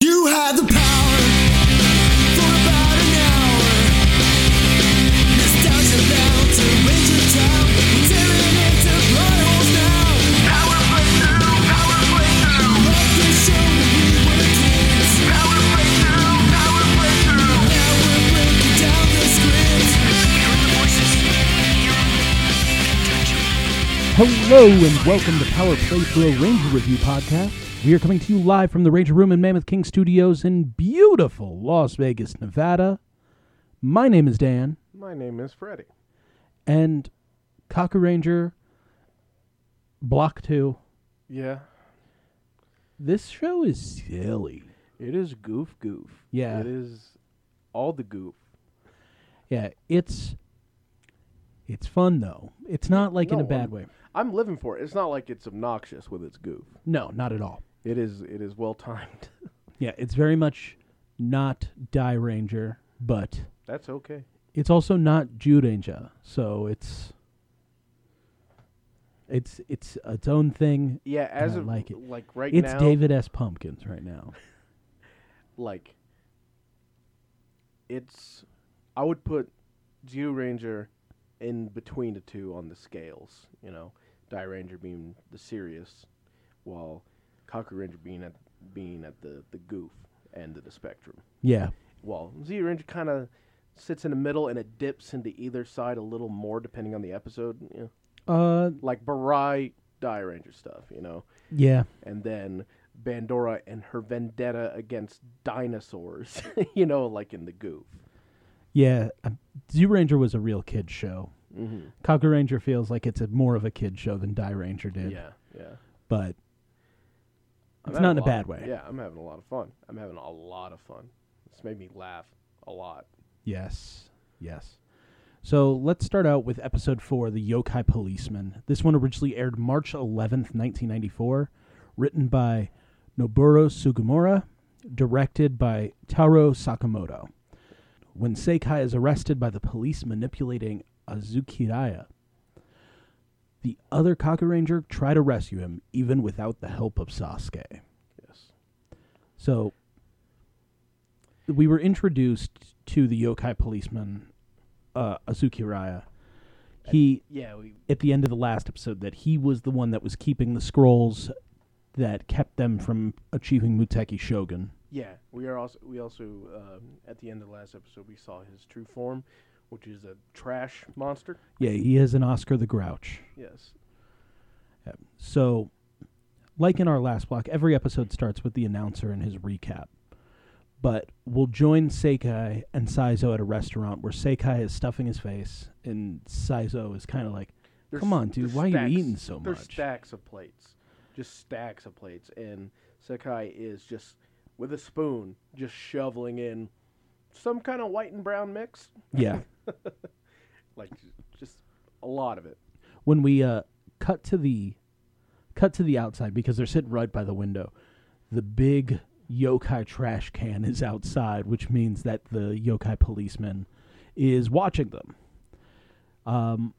had the power for about an hour. Nostalgia bound to Ranger Town. We're tearing into plot holes now. Power playthrough, power playthrough. Love the show when we were kids. Power playthrough, power playthrough. Now we're breaking down the script. Hello and welcome to Power Playthrough Ranger Review Podcast. We are coming to you live from the Ranger Room in Mammoth King Studios in beautiful Las Vegas, Nevada. My name is Dan, My name is Freddie. and Kaku Ranger Block 2. Yeah. This show is silly. It is goof goof. Yeah. It is all the goof. Yeah, it's it's fun though. It's not like in a No, bad I'm- way. I'm living for it. It's not like it's obnoxious with its goof. No, not at all. It is it is well timed. Yeah, it's very much not Die Ranger, but That's okay. it's also not Jude Ranger, so it's it's it's its own thing. Yeah, as I of like it. like right It's now David S. Pumpkins right now. like it's I would put Ranger in between the two on the scales, you know. Die Ranger being the serious while Cocker Ranger being at being at the, the goof end of the spectrum. Yeah, well, Z Ranger kind of sits in the middle and it dips into either side a little more depending on the episode. You know? uh, Like Barai Die Ranger stuff, you know? yeah, And then Bandora and her vendetta against dinosaurs, you know, like in the goof. yeah. Um, Zoo Ranger was a real kid show. Mm-hmm. Kaku Ranger feels like it's a more of a kid show than Die Ranger Yeah, did. yeah. but I'm it's having not in a lot- bad way. Yeah, I'm having a lot of fun. I'm having a lot of fun. It's made me laugh a lot. Yes. Yes. So let's start out with episode four, The Yokai Policeman. This one originally aired March 11th, 1994, written by Noburo Sugimura, directed by Taro Sakamoto. When Seikai is arrested by the police manipulating Azukiraya, the other Kaku Ranger try to rescue him, even without the help of Sasuke. Yes. So we were introduced to the yokai policeman, uh, Azuki Raya. He Yeah, we. at the end of the last episode that he was the one that was keeping the scrolls that kept them from achieving Muteki Shogun. Yeah, we are also we also um, at the end of the last episode we saw his true form, which is a trash monster. Yeah, he is an Oscar the Grouch. Yes. So, like in our last block, every episode starts with the announcer and his recap. But we'll join Seikai and Saizo at a restaurant where Seikai is stuffing his face, and Saizo is kind of like, There's- "Come on, dude, there's why are stacks- you eating so There's much?" stacks of plates, just stacks of plates, and Sakai is just with a spoon, just shoveling in some kind of white and brown mix, yeah. like j- just a lot of it. When we uh, cut to the cut to the outside because they're sitting right by the window, the big yokai trash can is outside, which means that the yokai policeman is watching them. Um,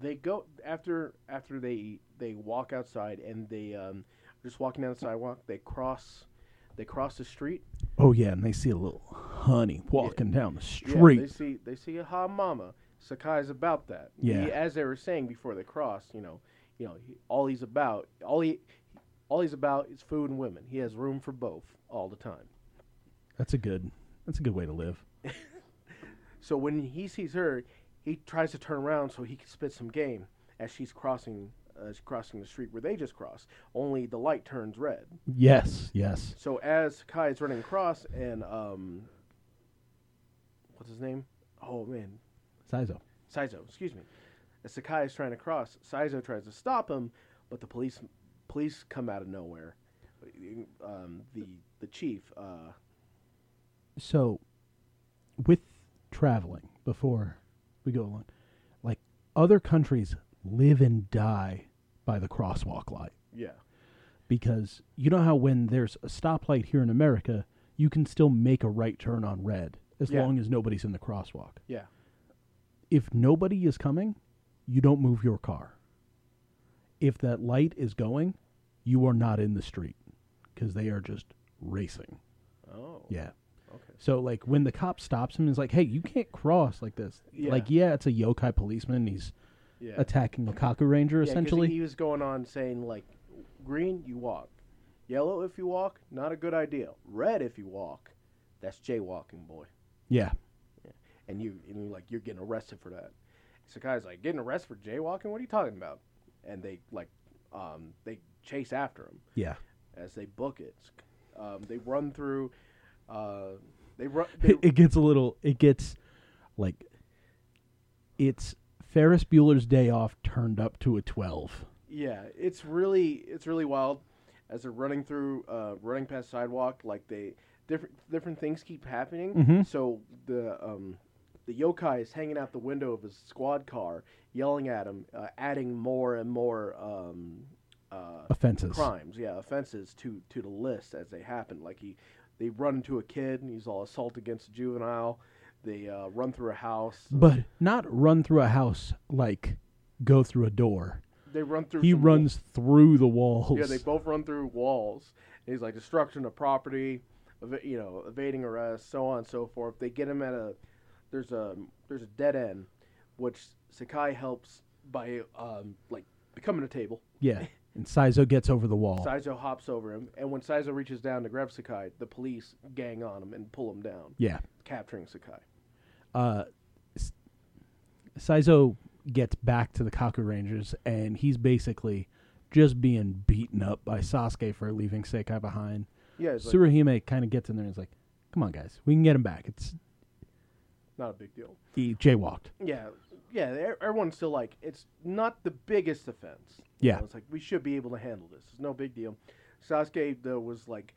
They go after after they eat, they walk outside and they um, just walking down the sidewalk. They cross they cross the street Oh yeah, and they see a little honey walking down the Yeah, they street. see they see a ha mama. Sakai's about that. Yeah. He, as they were saying before they crossed, you know, you know, he, all he's about, all he, all he's about is food and women. He has room for both all the time. that's a good. That's a good way to live. So when he sees her, he tries to turn around so he can spit some game as she's crossing, as crossing the street where they just crossed. Only the light turns red. Yes, yes. So as Sakai is running across, and um, what's his name? Oh man, Saizo. Saizo, excuse me. As Sakai is trying to cross, Saizo tries to stop him, but the police police come out of nowhere. Um, the the chief, uh, So, with traveling before we go along, like other countries live and die by the crosswalk light yeah, because you know how when there's a stoplight here in America, you can still make a right turn on red as Yeah. long as nobody's in the crosswalk. yeah, if nobody is coming, you don't move your car. If that light is going, you are not in the street because they are just racing. uh Oh. Yeah. Okay. So like when the cop stops him, he's like, "Hey, you can't cross like this." Yeah. Like, yeah, it's a yokai policeman. and He's Yeah. attacking a kaku ranger Yeah, 'cause essentially. he was going on saying like, green, you walk. Yellow, if you walk, not a good idea. Red, if you walk, that's jaywalking, boy. yeah. And you, and you like, you're getting arrested for that. So guy's like, getting arrested for jaywalking? What are you talking about? And they like, um, they chase after him Yeah. as they book it. Um, they run through. Uh, they run. They, It, it gets a little. It gets like it's Ferris Bueller's Day Off turned up to a twelve. Yeah, it's really it's really wild as they're running through uh, running past sidewalk like they different different things keep happening. Mhm. So the um the yokai is hanging out the window of his squad car yelling at him uh, adding more and more um uh Offenses. crimes, yeah, offenses to to the list as they happen. Like he they run into a kid and he's all assault against a juvenile. They uh, run through a house. But not run through a house like go through a door. They run through He some- runs through the walls. Yeah, they both run through walls. And he's like destruction of property, ev- you know, evading arrest, so on and so forth. They get him at a there's a there's a dead end, which Sakai helps by um, like becoming a table. yeah. And Saizo gets over the wall. Saizo hops over him, and when Saizo reaches down to grab Sakai, the police gang on him and pull him down, yeah. capturing Sakai. uh, S- Saizo gets back to the Kaku Rangers, and he's basically just being beaten up by Sasuke for leaving Sekai behind. Yeah, it's like, Surahime kind of gets in there and is like, "Come on, guys, we can get him back." It's not a big deal. he jaywalked. Yeah, yeah. e- Everyone's still like, it's not the biggest offense. You Yeah. know, it's like we should be able to handle this. It's no big deal. Sasuke though was like,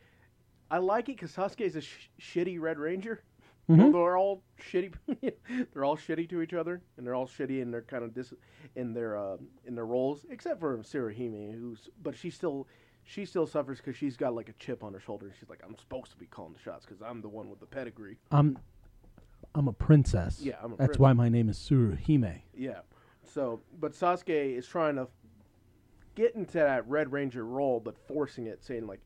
I like it because Sasuke is a sh- shitty Red Ranger. Mhm. They're all shitty. they're all shitty to each other, and they're all shitty in their kind of dis in their um, in their roles, except for Sirahime, who's but she still she still suffers because she's got like a chip on her shoulder. She's like, I'm supposed to be calling the shots because I'm the one with the pedigree. I'm I'm a princess. Yeah, I'm a that's why my name is Surahime. Yeah. So, but Sasuke is trying to get into that Red Ranger role, but forcing it, saying like,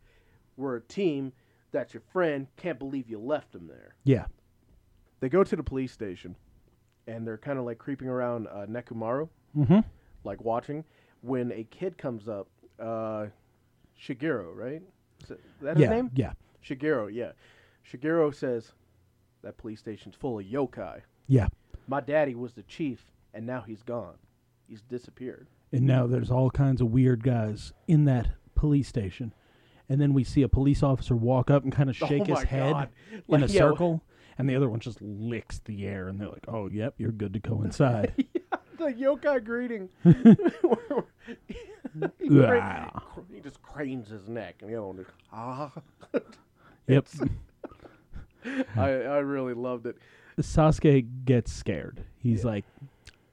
"We're a team. That's your friend. Can't believe you left him there." Yeah, They go to the police station, and they're kind of like creeping around uh, Nekumaru, Mhm. like watching. When a kid comes up, uh, Shigeru, right? Is that- that his yeah, name? yeah, Shigeru. Yeah. Shigeru says, "That police station's full of yokai. yeah. My daddy was the chief, and now he's gone. He's disappeared." And now there's all kinds of weird guys in that police station. And then we see a police officer walk up and kind of Oh shake his my head God. in a Like, yeah. circle. And the other one just licks the air. And they're like, oh, yep, you're good to go inside. the yokai greeting. he, Yeah. cra- cr- he just cranes his neck, and the other one just ah. yep. I I really loved it. Sasuke gets scared. He's like,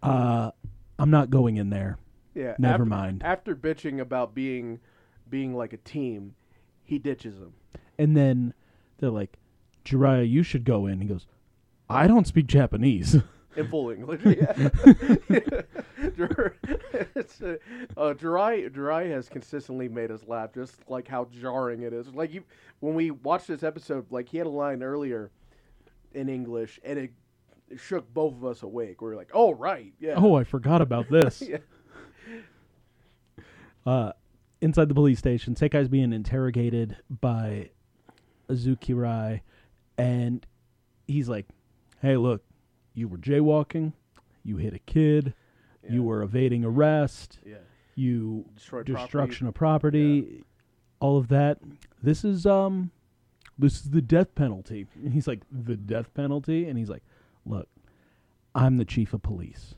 uh, I'm not going in there. Yeah. Never after- mind. After bitching about being being like a team, he ditches him. And then they're like, Jiraiya, you should go in. He goes, I don't speak Japanese. in full English. Yeah. Jir- it's, uh, uh, Jirai, Jirai has consistently made us laugh, just like how jarring it is. Like you, when we watched this episode, like he had a line earlier in English, and it shook both of us awake. We were like, "Oh right, yeah." oh, I forgot about this. Yeah. Uh, inside the police station, Sekai's being interrogated by Azuki Rai, and he's like, "Hey, look, you were jaywalking, you hit a kid, Yeah. you were evading arrest, yeah. you Destroyed destruction of property, all of that. This is um, this is the death penalty." And he's like, "The death penalty?" And he's like, "Look, I'm the chief of police.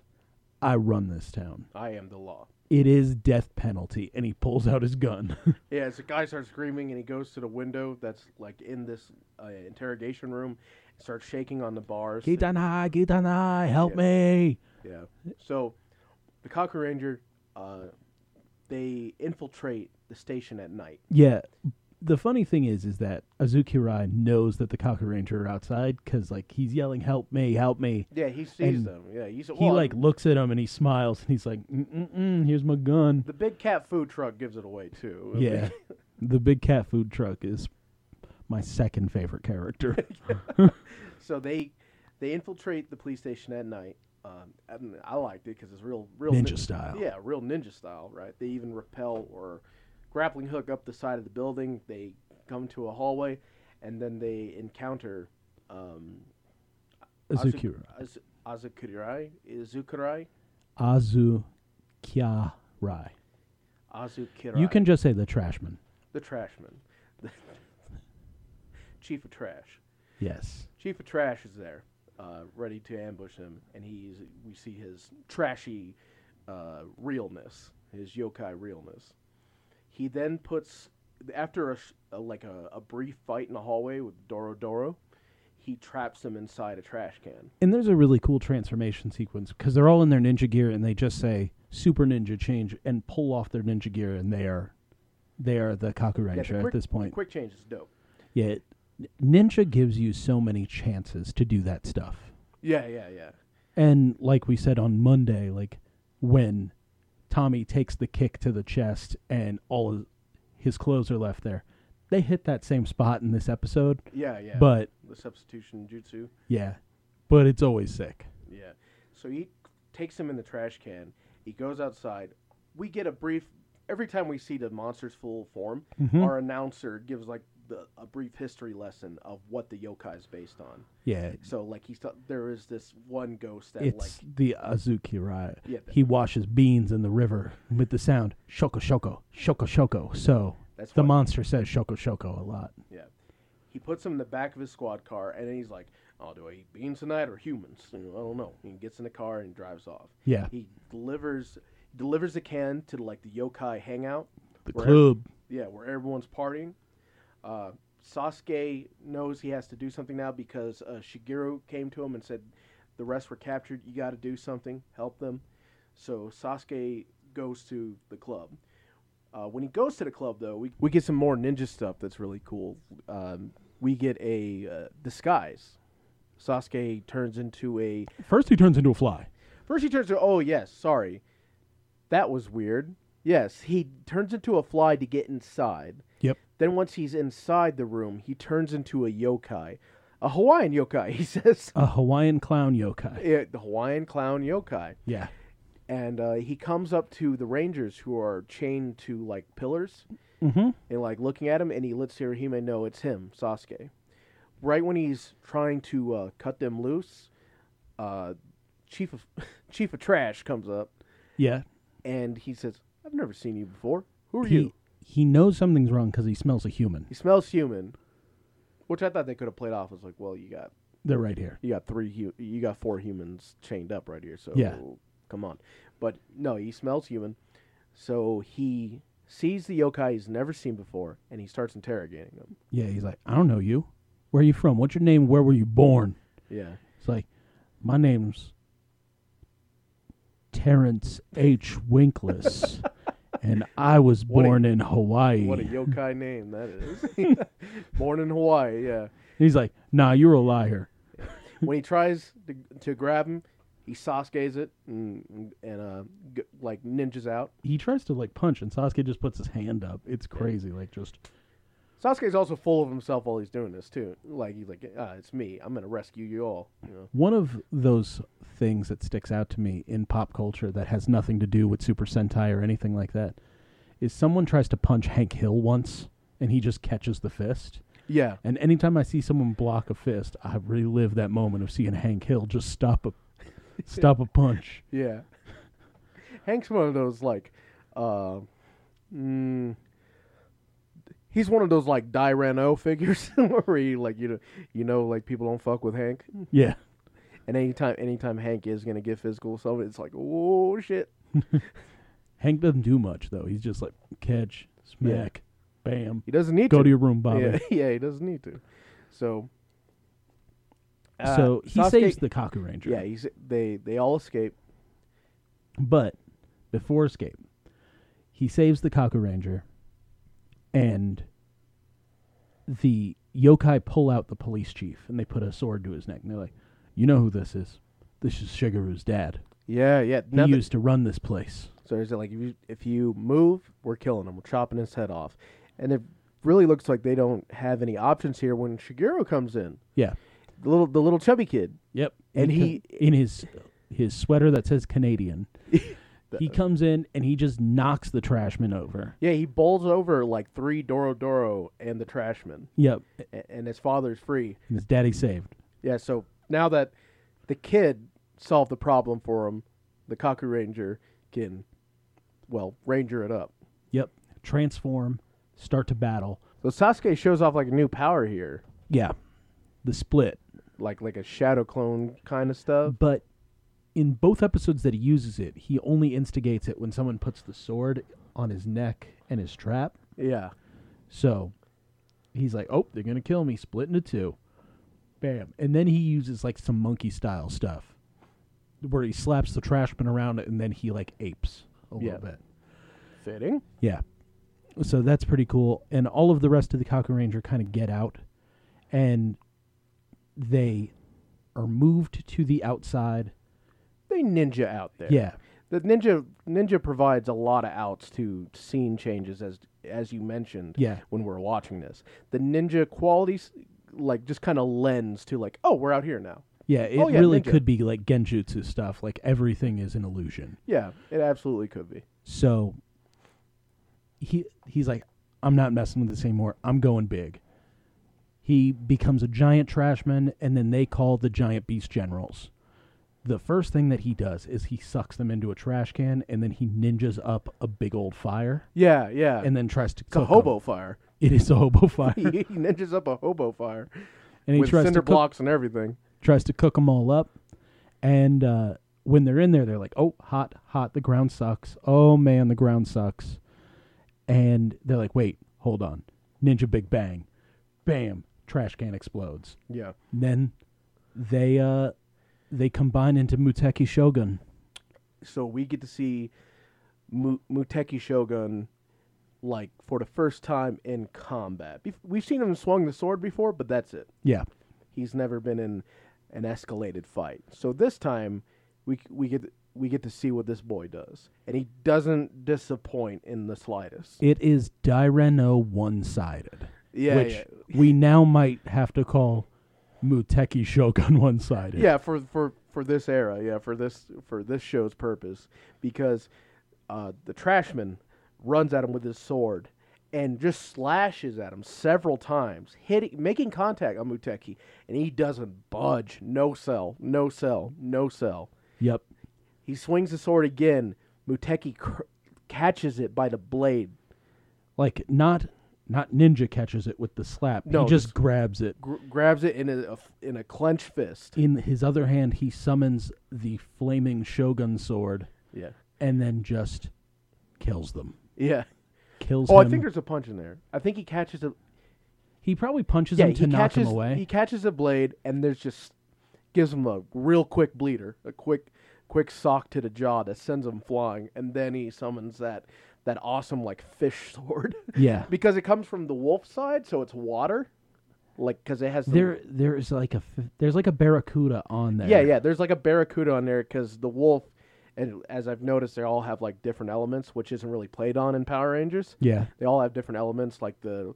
I run this town." Property. I am the law. it is death penalty and he pulls out his gun Yeah, as the guy starts screaming and he goes to the window that's like in this uh, interrogation room, starts shaking on the bars. gitanai gitanai help me Yeah. So the Cocker Ranger, uh, they infiltrate the station at night. yeah the funny thing is is that azuki rai knows that the Kaku ranger are outside because like he's yelling help me help me Yeah, he sees And them. Yeah, he's he like looks at him and he smiles and he's like Mm-mm-mm, here's my gun the big cat food truck gives it away too. yeah the big cat food truck is my second favorite character. So they they infiltrate the police station at night. Um, I, mean, I liked it because it's real, real Ninja style. Yeah, real ninja style, right? They even rappel or grappling hook up the side of the building. They come to a hallway, and then they encounter um, Azu- Azukira. Az- Azukirai, Izukirai, Azukirai. Azukirai. You can just say the trashman. the trashman, the chief of trash. Yes. Chief of Trash is there, uh, ready to ambush him, and he's we see his trashy uh, realness, his yokai realness. He then puts after a, sh- a like a, a brief fight in the hallway with Doro Doro, he traps him inside a trash can. And there's a really cool transformation sequence because they're all in their ninja gear and they just say super ninja change and pull off their ninja gear and they are they are the Kaku Yeah, the Ranger at quick- this the point. quick change is dope. Yeah, it- ninja gives you so many chances to do that stuff. Yeah, yeah, yeah. And like we said on Monday, like when Tommy takes the kick to the chest and all of his clothes are left there. They hit that same spot in this episode, Yeah, yeah. but the substitution jutsu. yeah, but it's always sick. Yeah. So he takes him in the trash can. He goes outside. We get a brief. Every time we see the monster's full form, Mm-hmm. our announcer gives like the, a brief history lesson of what the yokai is based on. Yeah, So like he's ta- there is this one ghost that like it's the Azuki right? Yeah, that- he washes beans in the river with the sound shoko shoko shoko shoko. So That's the why- monster says shoko shoko a lot. yeah. He puts him in the back of his squad car, and then he's like, "Oh, do I eat beans tonight or humans? You know, I don't know." He gets in the car and drives off. Yeah. He delivers delivers a can to like the yokai hangout. The where- club, Yeah, where everyone's partying. Uh, Sasuke knows he has to do something now because uh, Shigeru came to him and said, "The rest were captured. You got to do something. Help them." So Sasuke goes to the club. Uh, when he goes to the club, though, we, we get some more ninja stuff that's really cool. Um, we get a uh, disguise. Sasuke turns into a. first he turns into a fly. First, he turns to. Oh, yes, sorry. That was weird. Yes, he turns into a fly to get inside. Yep. Then once he's inside the room, he turns into a yokai, a Hawaiian yokai. He says, A Hawaiian clown yokai. Yeah, the Hawaiian clown yokai, Yeah. and uh, he comes up to the rangers who are chained to like pillars, Mhm. and like looking at him, and he lets Hirohime know it's him, Sasuke. Right when he's trying to uh, cut them loose, uh, chief of chief of trash comes up, Yeah. and he says, "I've never seen you before. Who are He you?" he knows something's wrong because he smells a human. He smells human, which I thought they could have played off as like, "Well, you got." They're right here. you got three hu- you got four humans chained up right here so Yeah. come on but no he smells human so he sees the yokai he's never seen before and he starts interrogating them Yeah, he's like, I don't know you. Where are you from? What's your name? Where were you born? yeah It's like, my name's Terrence H. Winkless, and I was What a- born in Hawaii. what a yokai name that is born in hawaii yeah he's like, Nah, you're a liar. when he tries to, to grab him he Sasuke's it and, and uh, g- like ninjas out. He tries to like punch, and Sasuke just puts his hand up. It's crazy, like just Sasuke's also full of himself while he's doing this too. Like he's like, ah, it's me. I'm gonna rescue you all. You know? One of those things that sticks out to me in pop culture that has nothing to do with Super Sentai or anything like that is someone tries to punch Hank Hill once and he just catches the fist. Yeah, And anytime I see someone block a fist, I relive that moment of seeing Hank Hill just stop a stop a punch. Yeah. Hank's one of those like, uh, mm, he's one of those like Dirano figures where he like you know you know like people don't fuck with Hank, Yeah. and anytime anytime Hank is gonna get physical, with someone it's like oh shit. Hank doesn't do much though. He's just like catch, smack, bam. He doesn't need Go to. to your room, Bobby. yeah, yeah, he doesn't need to. So. uh, so he Sasuke- saves the Kaku Ranger. Yeah, he's they they all escape. But before escape, he saves the Kaku Ranger, and the yokai pull out the police chief and they put a sword to his neck. And they're like, You know who this is? This is Shigeru's dad. Yeah, yeah. He nothing- used to run this place. So he's like, if you, if you move, we're killing him. We're chopping his head off. And if really looks like they don't have any options here when Shigeru comes in. Yeah. The little the little chubby kid. Yep. And he co- in his his sweater that says Canadian. he comes in and he just knocks the trashman over. Yeah, he bowls over like three Doro Doro and the Trashman, Yep. a- and his father's free. And his daddy saved. Yeah, so now that the kid solved the problem for him, the Kaku Ranger can, well, ranger it up. Yep. Transform, start to battle. So Sasuke shows off like a new power here, Yeah. The split. like like a shadow clone kind of stuff. But in both episodes that he uses it, he only instigates it when someone puts the sword on his neck and his trap. Yeah, So he's like, "Oh, they're gonna kill me. Split into two. Bam!" And then he uses like some monkey style stuff, where he slaps the trashman around, and then he like apes a Yeah. little bit. fitting. Yeah. So that's pretty cool. And all of the rest of the Cocker Ranger kind of get out and they are moved to the outside. They ninja out there. Yeah. the ninja ninja provides a lot of outs to scene changes as as you mentioned Yeah. when we're watching this the ninja qualities like just kind of lends to like oh we're out here now Yeah. It Oh, yeah, really ninja. could be like genjutsu stuff. Like everything is an illusion. yeah it absolutely could be So he he's like, I'm not messing with this anymore. I'm going big. He becomes a giant trashman, and then they call the giant beast generals. The first thing that he does is he sucks them into a trash can, and then he ninjas up a big old fire, yeah yeah and then tries to it's a cook 'em. hobo fire It is a hobo fire, he ninjas up a hobo fire and he with tries cinder to cook blocks and everything tries to cook them all up. And uh, when they're in there, they're like, oh, hot, hot. The ground sucks. Oh, man, the ground sucks. And they're like, wait, hold on. Ninja Big Bang. Bam. Trash can explodes. yeah And then they uh, they combine into Muteki Shogun. so we get to see Mu- Muteki Shogun like for the first time in combat Bef- we've seen him swung the sword before but that's it Yeah. he's never been in an escalated fight. So this time we we get we get to see what this boy does, and he doesn't disappoint in the slightest. It is Daireno one sided. Yeah, which yeah. we now might have to call Muteki Shogun one sided. Yeah, for for for this era, yeah, for this for this show's purpose, because uh, the trashman runs at him with his sword and just slashes at him several times, hitting, making contact on Muteki, and he doesn't budge. No sell, no sell, no sell. Yep. He swings the sword again. Muteki cr- catches it by the blade, like not not ninja catches it with the slap. No, he just grabs it. gr- grabs it in a, a f- in a clenched fist. In his other hand, he summons the flaming shogun sword Yeah, and then just kills them. yeah. Kills Oh, him. I think there's a punch in there. I think he catches a he probably punches yeah. him to He knock catches him away. he catches a blade and there's just gives him a real quick bleeder, a quick quick sock to the jaw that sends him flying, and then he summons that that awesome like fish sword yeah. because it comes from the wolf side, so it's water, like because it has the There there is like a f- there's like a barracuda on there. Yeah, yeah. There's like a barracuda on there because the wolf, and as I've noticed, they all have like different elements, which isn't really played on in Power Rangers. Yeah. They all have different elements, like the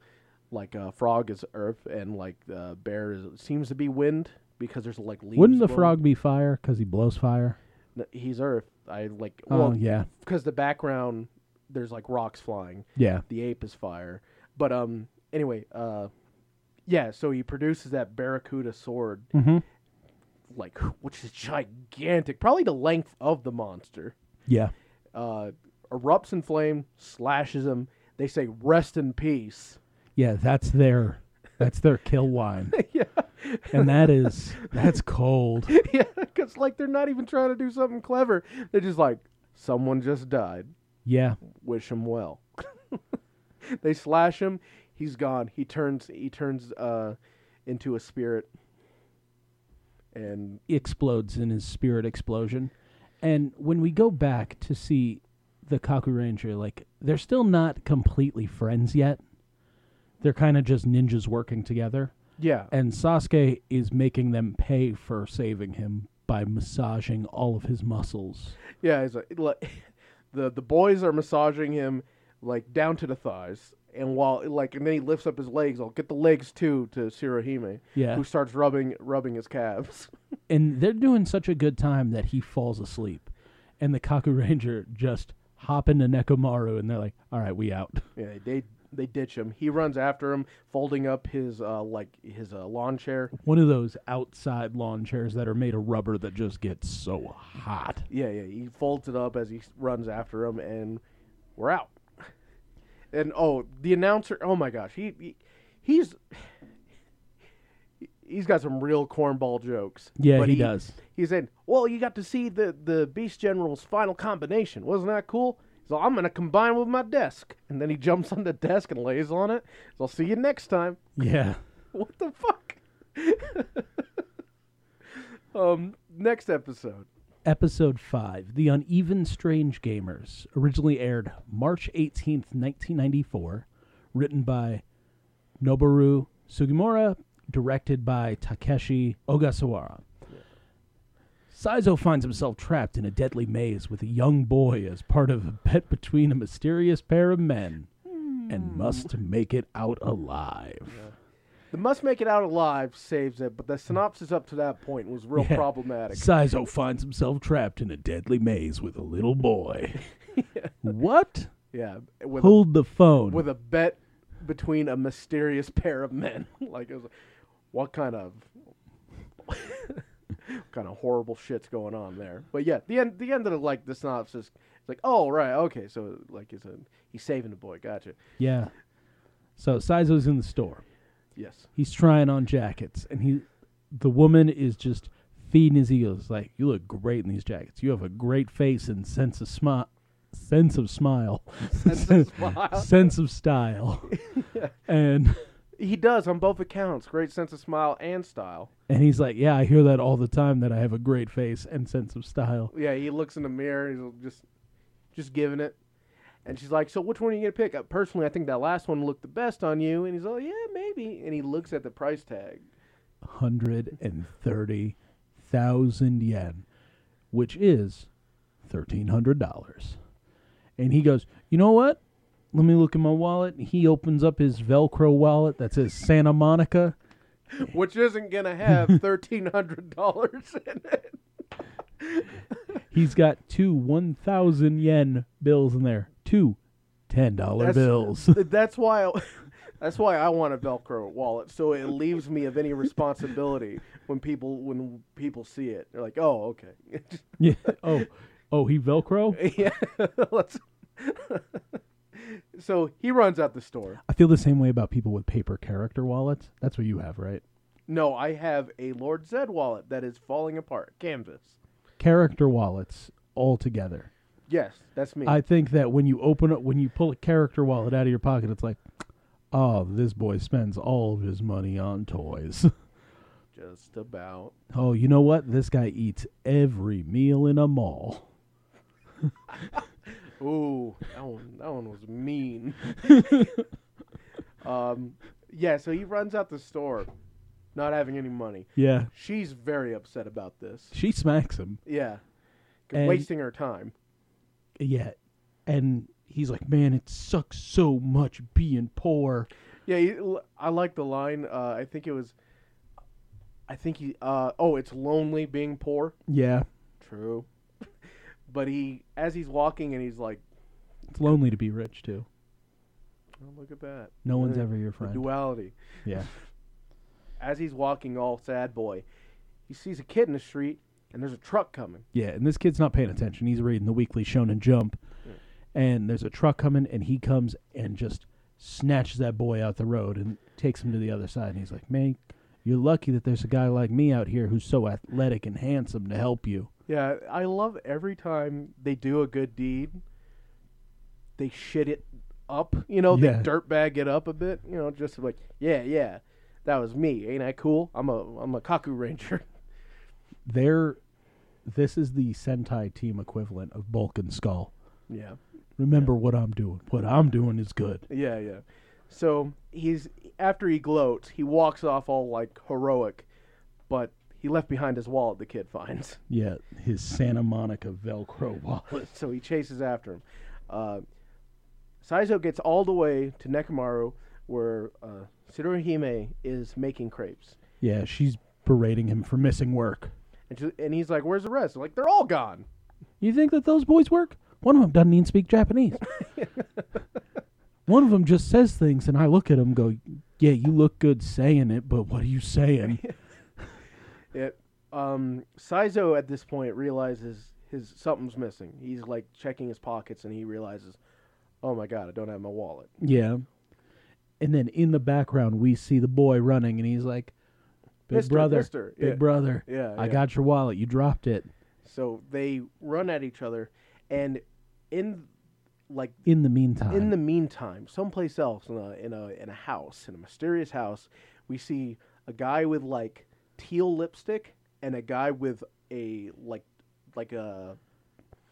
like uh, frog is earth, and like the bear is, seems to be wind because there's like leaves. Wouldn't the blowing- frog be fire cuz he blows fire? No, He's earth. I like Oh well yeah. because the background there's like rocks flying. Yeah. The ape is fire, but um anyway uh yeah so he produces that barracuda sword Mhm. like which is gigantic, probably the length of the monster. Yeah. Uh, erupts in flame, slashes him. They say rest in peace. Yeah, that's their that's their kill line. yeah, And that is that's cold. yeah, because like they're not even trying to do something clever. They're just like someone just died. Yeah. Wish him well. they slash him. He's gone. He turns. He turns uh, into a spirit. And explodes in his spirit explosion. And when we go back to see the Kaku Ranger, like they're still not completely friends yet. They're kind of just ninjas working together. yeah, And Sasuke is making them pay for saving him by massaging all of his muscles. Yeah, he's like, like the the boys are massaging him like down to the thighs, and while like and then he lifts up his legs, I'll get the legs too to Sirohime, Yeah. who starts rubbing rubbing his calves. and they're doing such a good time that he falls asleep, and the Kaku Ranger just hop into Nekomaru, and they're like, "All right, we out." yeah, they they ditch him. He runs after him, folding up his uh like his uh, lawn chair. One of those outside lawn chairs that are made of rubber that just gets so hot. Yeah, yeah, he folds it up as he s- runs after him, and we're out. And oh, the announcer! Oh my gosh, he, he he's he's got some real cornball jokes. Yeah, he does. He said, "Well, you got to see the the Beast General's final combination. Wasn't that cool?" So I'm gonna combine with my desk, and then he jumps on the desk and lays on it. So I'll see you next time. Yeah. What the fuck? um, next episode. Episode 5 The Uneven Strange Gamers, originally aired March 18th, 1994, written by Noboru Sugimura, directed by Takeshi Ogasawara. Saizo finds himself trapped in a deadly maze with a young boy as part of a bet between a mysterious pair of men and must make it out alive. The must make it out alive saves it, but the synopsis up to that point was real Yeah. problematic. Saizo finds himself trapped in a deadly maze with a little boy. What? Yeah, with a, Hold the phone. with a bet between a mysterious pair of men. like, it was, what kind of kind of horrible shit's going on there? But yeah, the end the end of the, like the synopsis. It's like, oh right, okay, so like it's a he's saving the boy. Gotcha. yeah. So Saizo's in the store. Yes. He's trying on jackets, and he, the woman is just feeding his ears. Like, you look great in these jackets. You have a great face and sense of smile. Sense of smile, Sense of smile. sense of style, and He does on both accounts. Great sense of smile and style. and he's like, yeah, I hear that all the time that I have a great face and sense of style. Yeah, he looks in the mirror. He's just, just giving it. And she's like, "So which one are you gonna pick?" Uh, Personally, I think that last one looked the best on you. And he's like, "Yeah, maybe." And he looks at the price tag. hundred and thirty thousand yen, which is thirteen hundred dollars. And he goes, you know what? Let me look in my wallet. And he opens up his Velcro wallet that says Santa Monica. Which isn't gonna have thirteen hundred dollars in it. He's got two one thousand yen bills in there. Two ten dollar That's- bills. That's why. I, that's why I want a Velcro wallet, so it leaves me of any responsibility when people when people see it. They're like, "Oh, okay." yeah. Oh, oh, he Velcro. yeah. Let's. so he runs out the store. I feel the same way about people with paper character wallets. That's what you have, right? No, I have a Lord Zed wallet that is falling apart. Canvas. Character wallets all together. Yes, that's me. I think that when you open up, when you pull a character wallet out of your pocket, it's like, oh, this boy spends all of his money on toys. Just about. oh, you know what? This guy eats every meal in a mall. Ooh, that one, that one was mean. um, yeah, so he runs out the store, not having any money. Yeah. She's very upset about this. She smacks him. Yeah, 'Cause And- wasting her time. Yeah. And he's like, man, it sucks so much being poor. Yeah, you, l- I like the line. Uh, I think it was. I think he. Uh, oh, it's lonely being poor. Yeah. True. But he, as he's walking, and he's like, It's lonely to be rich, too. "Oh, look at that." No one's Yeah. ever your The friend. duality. Yeah. As he's walking, all sad boy, he sees a kid in the street, and there's a truck coming. Yeah, and this kid's not paying attention. He's reading the weekly Shonen Jump, and there's a truck coming, and he comes and just snatches that boy out the road and takes him to the other side. And he's like, "Man, you're lucky that there's a guy like me out here who's so athletic and handsome to help you." Yeah, I love every time they do a good deed, they shit it up. You know, Yeah. they dirtbag it up a bit. You know, just like, yeah, yeah, that was me. Ain't I cool? I'm a, I'm a Kaku Ranger. They're, this is the Sentai team equivalent of Bulk and Skull. yeah. Remember what I'm doing. What I'm doing is good. Yeah, yeah. So he's after he gloats, he walks off all like heroic, but he left behind his wallet. The kid finds, Yeah, his Santa Monica Velcro wallet. so he chases after him. Uh, Saizo gets all the way to Nekamaru, where uh, Tsuruhime is making crepes, Yeah, she's berating him for missing work. and she, and he's like, "Where's the rest?" I'm like they're all gone. You think that those boys work? One of them doesn't even speak Japanese. One of them just says things, and I look at him, and go, "Yeah, you look good saying it, but what are you saying?" It, um, Saizo at this point realizes his something's missing. He's like checking his pockets, and he realizes, "Oh my god, I don't have my wallet." yeah. And then in the background, we see the boy running, and he's like, "Big Mister, brother, mister, big yeah. brother, Yeah, I yeah. got your wallet. You dropped it So they run at each other, and in like in the meantime." in the meantime, someplace else in a in a in a house in a mysterious house, we see a guy with like teal lipstick and a guy with a like like a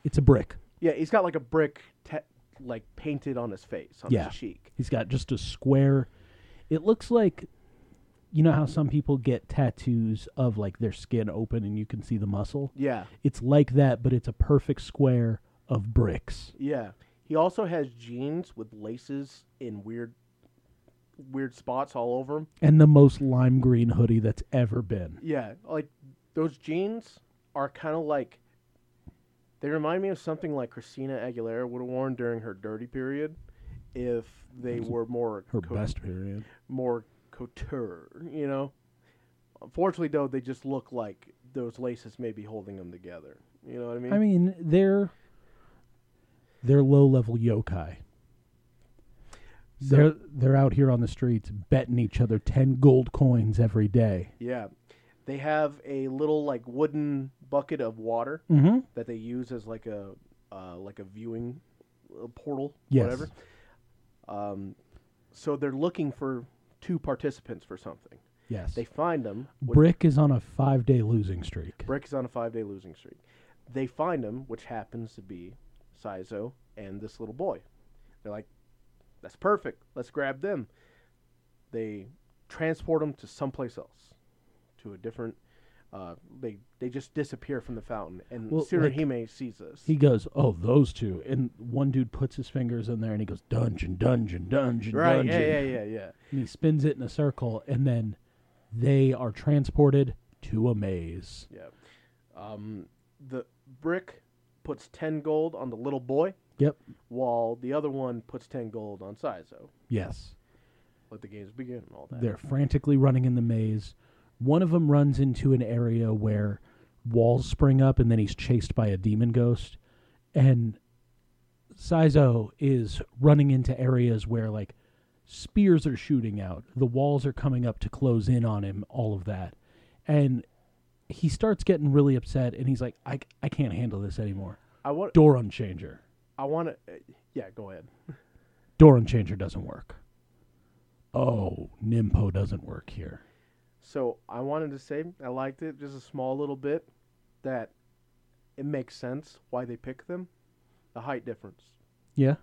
it's a brick. yeah he's got like a brick te- like painted on his face on Yeah. his cheek. He's got just a square. It looks like, you know how some people get tattoos of like their skin open and you can see the muscle. Yeah, It's like that, but it's a perfect square of bricks. yeah. He also has jeans with laces in weird weird spots all over him. And the most lime green hoodie that's ever been. Yeah, like those jeans are kind of like they remind me of something like Christina Aguilera would have worn during her dirty period, if they were more Her co- best period. more couture, you know. Unfortunately, though, they just look like those laces may be holding them together. You know what I mean? I mean, they're they're low level yokai. So- they're they're out here on the streets betting each other ten gold coins every day. yeah, they have a little like wooden bucket of water Mm-hmm. that they use as like a uh, like a viewing uh, portal, Yes. whatever. Um, so they're looking for two participants for something. Yes. They find them. Which, Brick is on a five day losing streak. Brick is on a five-day losing streak. They find them, which happens to be Saizo and this little boy. They're like, "That's perfect. Let's grab them." They transport them to someplace else, to a different. Uh, they they just disappear from the fountain, and Well, like, Tsuruhime sees this. He goes, "Oh, those two. And one dude puts his fingers in there and he goes, "Dungeon, dungeon, dungeon, right? dungeon." Yeah, yeah, yeah, yeah. And he spins it in a circle and then they are transported to a maze. Yeah. Um, the brick puts 10 gold on the little boy, Yep. while the other one puts 10 gold on Saizo. Yes. Let the games begin and all that. They're frantically running in the maze. One of them runs into an area where walls spring up, and then he's chased by a demon ghost. And Saizo is running into areas where, like, spears are shooting out, the walls are coming up to close in on him, all of that. And he starts getting really upset, and he's like, I, I can't handle this anymore. I want. Door Unchanger. I want to. yeah, go ahead. Door Unchanger doesn't work. Oh, Nimpo doesn't work here. So I wanted to say I liked it just a small little bit. That it makes sense why they pick them, the height difference, Yeah.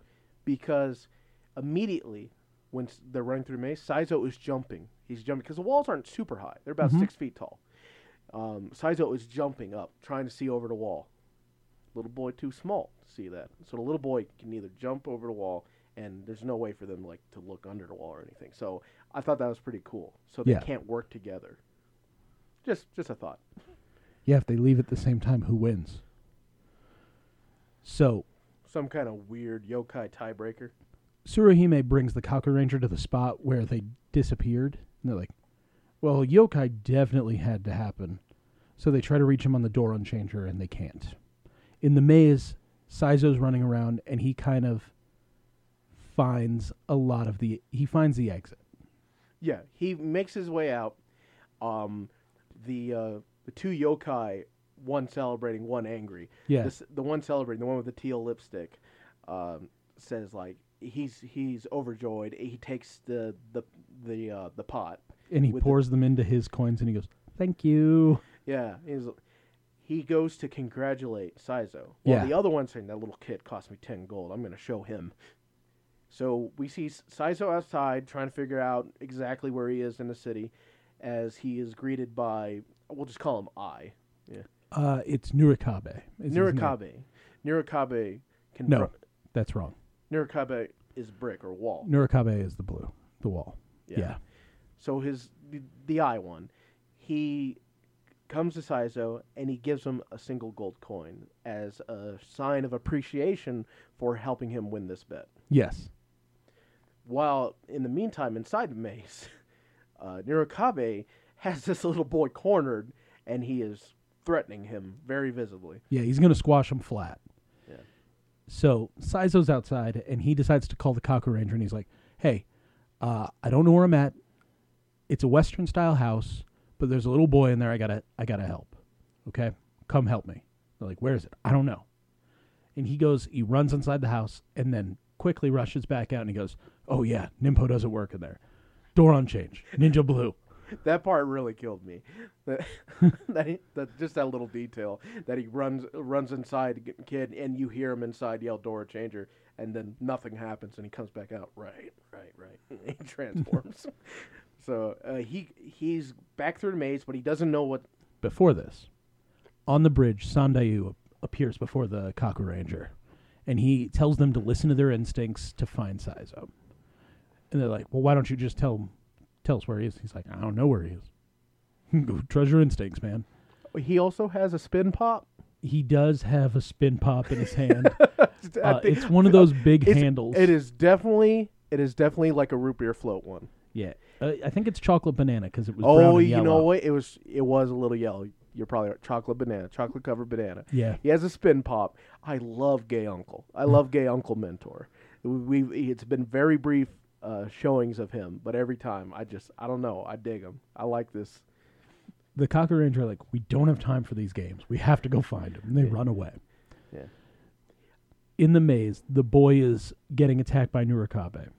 because immediately when s- they're running through the maze, Saizo is jumping. He's jumping because the walls aren't super high; they're about Mhm. six feet tall. Um, Saizo is jumping up, trying to see over the wall. Little boy too small to see that, so the little boy can either jump over the wall, and there's no way for them like to look under the wall or anything. So I thought that was pretty cool. So they Yeah. can't work together. Just, just a thought. Yeah, if they leave at the same time, who wins? So Some kind of weird yokai tiebreaker. Surahime brings the Kaku Ranger to the spot where they disappeared. And they're like, well, yokai definitely had to happen. So they try to reach him on the door unchanger and they can't. In the maze, Saizo's running around and he kind of finds a lot of the he finds the exit. Yeah, he makes his way out. Um, the uh, the two yokai, one celebrating, one angry. Yeah. This, the one celebrating, the one with the teal lipstick, um, says like he's he's overjoyed. He takes the the the uh, the pot. And he With the- pours them into his coins and he goes, Thank you. Yeah, he's, he goes to congratulate Saizo. Well, Yeah. the other one's saying that little kid cost me ten gold. I'm gonna show him. So we see S- Saizo outside trying to figure out exactly where he is in the city, as he is greeted by we'll just call him I Uh it's Nurikabe. is his name. Nurikabe. Nurikabe. Confr- No, that's wrong. Nurikabe is brick or wall. Nurakabe is the blue, the wall. Yeah. So his the, the eye one, he comes to Saizo and he gives him a single gold coin as a sign of appreciation for helping him win this bet. Yes. While in the meantime, inside the maze, uh, Nurakabe has this little boy cornered and he is threatening him very visibly. Yeah, he's going to squash him flat. Yeah. So Saizo's outside, and he decides to call the Kaku Ranger, and he's like, "Hey, uh, I don't know where I'm at. It's a Western style house, but there's a little boy in there. I gotta, I gotta help. Okay, come help me." They're like, "Where is it? I don't know." And he goes, he runs inside the house, and then quickly rushes back out, and he goes, "Oh yeah, Nimpo doesn't work in there. Door on change, Ninja Blue." That part really killed me. That, that, he- that just that little detail that he runs runs inside to get the kid, and you hear him inside yell "Dora Changer," and then nothing happens, and he comes back out. Right, right, right. he transforms. so uh, he he's back through the maze, but he doesn't know what. Before this, on the bridge, Sandayu appears before the Kaku Ranger, and he tells them to listen to their instincts to find Saizo. And they're like, "Well, why don't you just tell tell us where he is?" He's like, "I don't know where he is. Go trust your instincts, man." He also has a spin pop. He does have a spin pop in his hand. I Uh, think- it's one of those big it's- handles. It is definitely it is definitely like a root beer float one. Yeah, uh, I think it's chocolate banana because it was. brown Oh, and you know yellow. what? It was it was a little yellow. You're probably right. chocolate banana, chocolate covered banana. Yeah. He has a spin pop. I love Gay Uncle. I love Gay Uncle Mentor. We we- it's been very brief uh, showings of him, but every time I just I don't know. I dig him. I like this. the Cocker Ranger are like, we don't have time for these games. We have to go find them. And they run away. Yeah. In the maze, the boy is getting attacked by Nurakabe.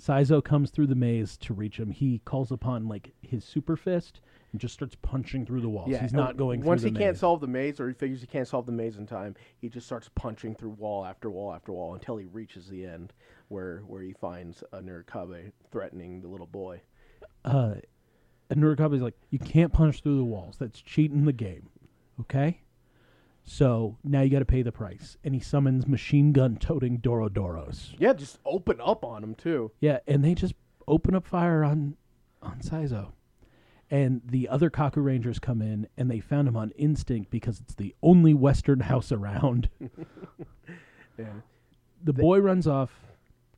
Saizo comes through the maze to reach him. He calls upon like his super fist and just starts punching through the walls. He's not going Once through he the can't maze. solve the maze, or he figures he can't solve the maze in time, he just starts punching through wall after wall after wall until he reaches the end, where where he finds a Nurkabe threatening the little boy. uh, and Nurakabe's like, you can't punch through the walls. That's cheating the game. Okay? So now you got to pay the price. And he summons machine gun toting Dorodoros. Yeah, just open up on him too. Yeah, and they just open up fire on on Saizo. And the other Kaku Rangers come in and they found him on instinct because it's the only Western house around. Yeah. The boy runs off,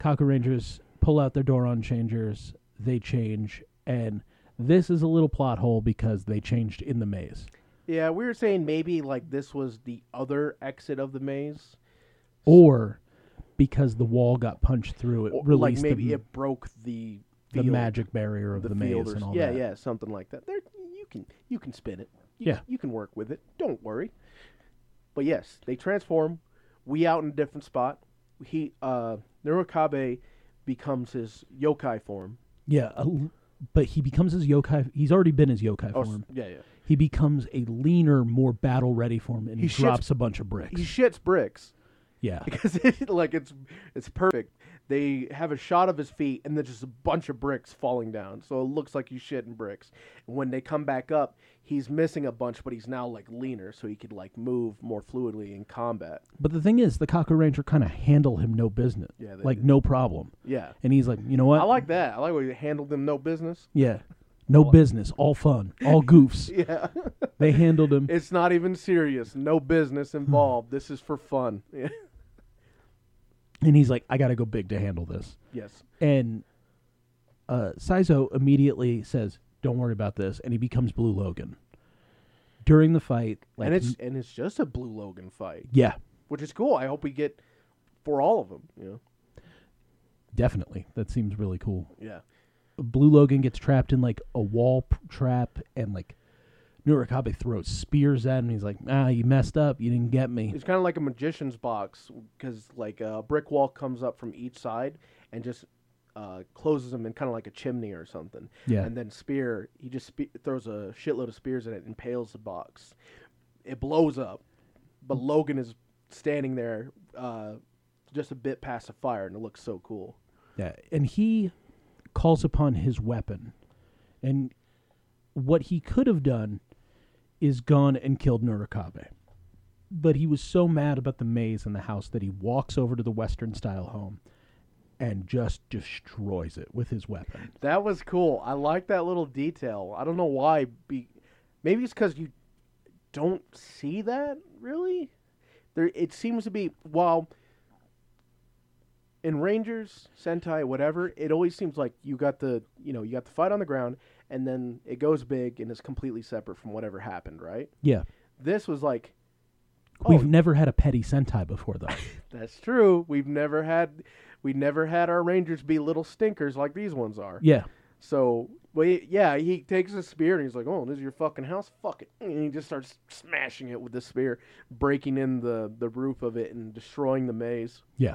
Kaku Rangers pull out their Doron changers, they change, and this is a little plot hole because they changed in the maze. Yeah, we were saying maybe like this was the other exit of the maze. Or because the wall got punched through, it Or, like released maybe the, it broke the the field- magic barrier of the, field maze or and s- all yeah, that. yeah, something like that. There, you can you can spin it. You, Yeah. you can work with it. Don't worry. But yes, they transform. We out in a different spot. He uh Nurakabe becomes his yokai form. Yeah, a l- but he becomes his yokai. He's already been his yokai Oh, s- form. yeah, yeah. He becomes a leaner, more battle ready form, and He he shits- drops a bunch of bricks. He shits bricks. yeah, because it, like it's it's perfect. They have a shot of his feet and then just a bunch of bricks falling down, so it looks like he's shitting bricks. When they come back up, he's missing a bunch, but he's now like leaner, so he could like move more fluidly in combat. but the thing is, the Cocker Ranger kind of handle him no business. Yeah, they like do. no problem. Yeah, And he's like, you know what? I like that. I like what he handled them. No business. yeah, no business, all fun, all goofs. Yeah, they handled him. it's not even serious. No business involved. this is for fun. Yeah. and he's like, I gotta go big to handle this. yes. And uh, Saizo immediately says, "Don't worry about this," and he becomes Blue Logan. During the fight, like, and it's he- and it's just a Blue Logan fight, yeah, which is cool. I hope we get for all of them. You know. definitely. That seems really cool. Yeah. Blue Logan gets trapped in like a wall p- trap, and like Nurakabe throws spears at him. and He's like, "Ah, you messed up. You didn't get me." It's kind of like a magician's box because like a brick wall comes up from each side and just uh, closes them in kind of like a chimney or something. Yeah. And then spear, he just spe- throws a shitload of spears in it and impales the box. It blows up, but Logan is standing there uh, just a bit past the fire, and it looks so cool. Yeah, and he calls upon his weapon, and what he could have done is gone and killed Nurakabe, but he was so mad about the maze and the house that he walks over to the Western style home, and just destroys it with his weapon. That was cool. I like that little detail. I don't know why. Be maybe it's because you don't see that really. There, it seems to be while in Rangers, Sentai, whatever. It always seems like you got the you know you got the fight on the ground, and then it goes big and it's completely separate from whatever happened. Right. Yeah. This was like We've Oh. never had a petty Sentai before, though. that's true. We've never had we never had our Rangers be little stinkers like these ones are. yeah. So, well, he- yeah, he takes a spear and he's like, "Oh, this is your fucking house, fuck it," and he just starts smashing it with the spear, breaking in the the roof of it and destroying the maze. Yeah.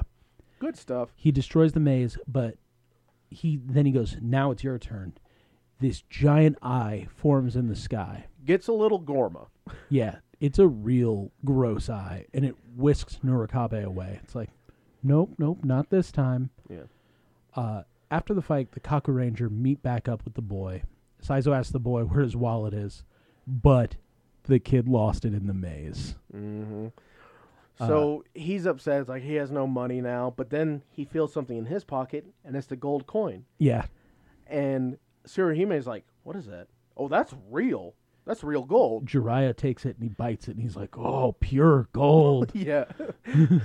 Good stuff. He destroys the maze, but he then he goes, "Now it's your turn." This giant eye forms in the sky. Gets a little Gorma. Yeah, it's a real gross eye, and it whisks Nurakabe away. It's like, nope, nope, not this time. Yeah. Uh, after the fight, the Kaku Ranger meet back up with the boy. Saizo asks the boy where his wallet is, but the kid lost it in the maze. Mm-hmm. So he's upset. It's like he has no money now. But then he feels something in his pocket, and it's the gold coin. Yeah, And Surihime's like, "What is that? Oh, that's real. That's real gold." Jiraiya takes it and he bites it, and he's like, "Oh, pure gold." Yeah.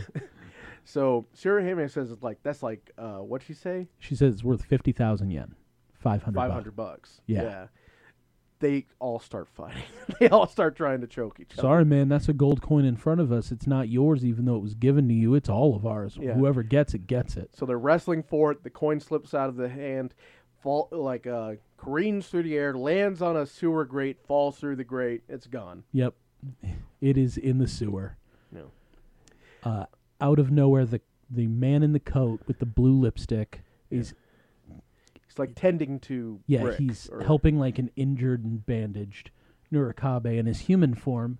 so Sirihime says it's like that's like uh, what'd she say? She says it's worth fifty thousand yen, five hundred. Five hundred bucks. Yeah. They all start fighting. they all start trying to choke each other. Sorry, man, that's a gold coin in front of us. It's not yours, even though it was given to you. It's all of ours. Yeah. Whoever gets it gets it. So they're wrestling for it. The coin slips out of the hand, fall like uh, careens through the air, lands on a sewer grate, falls through the grate. It's gone. Yep, it is in the sewer. No. Uh, out of nowhere, the the man in the coat with the blue lipstick is It's like tending to yeah, brick he's or- helping like an injured and bandaged Nurakabe in his human form,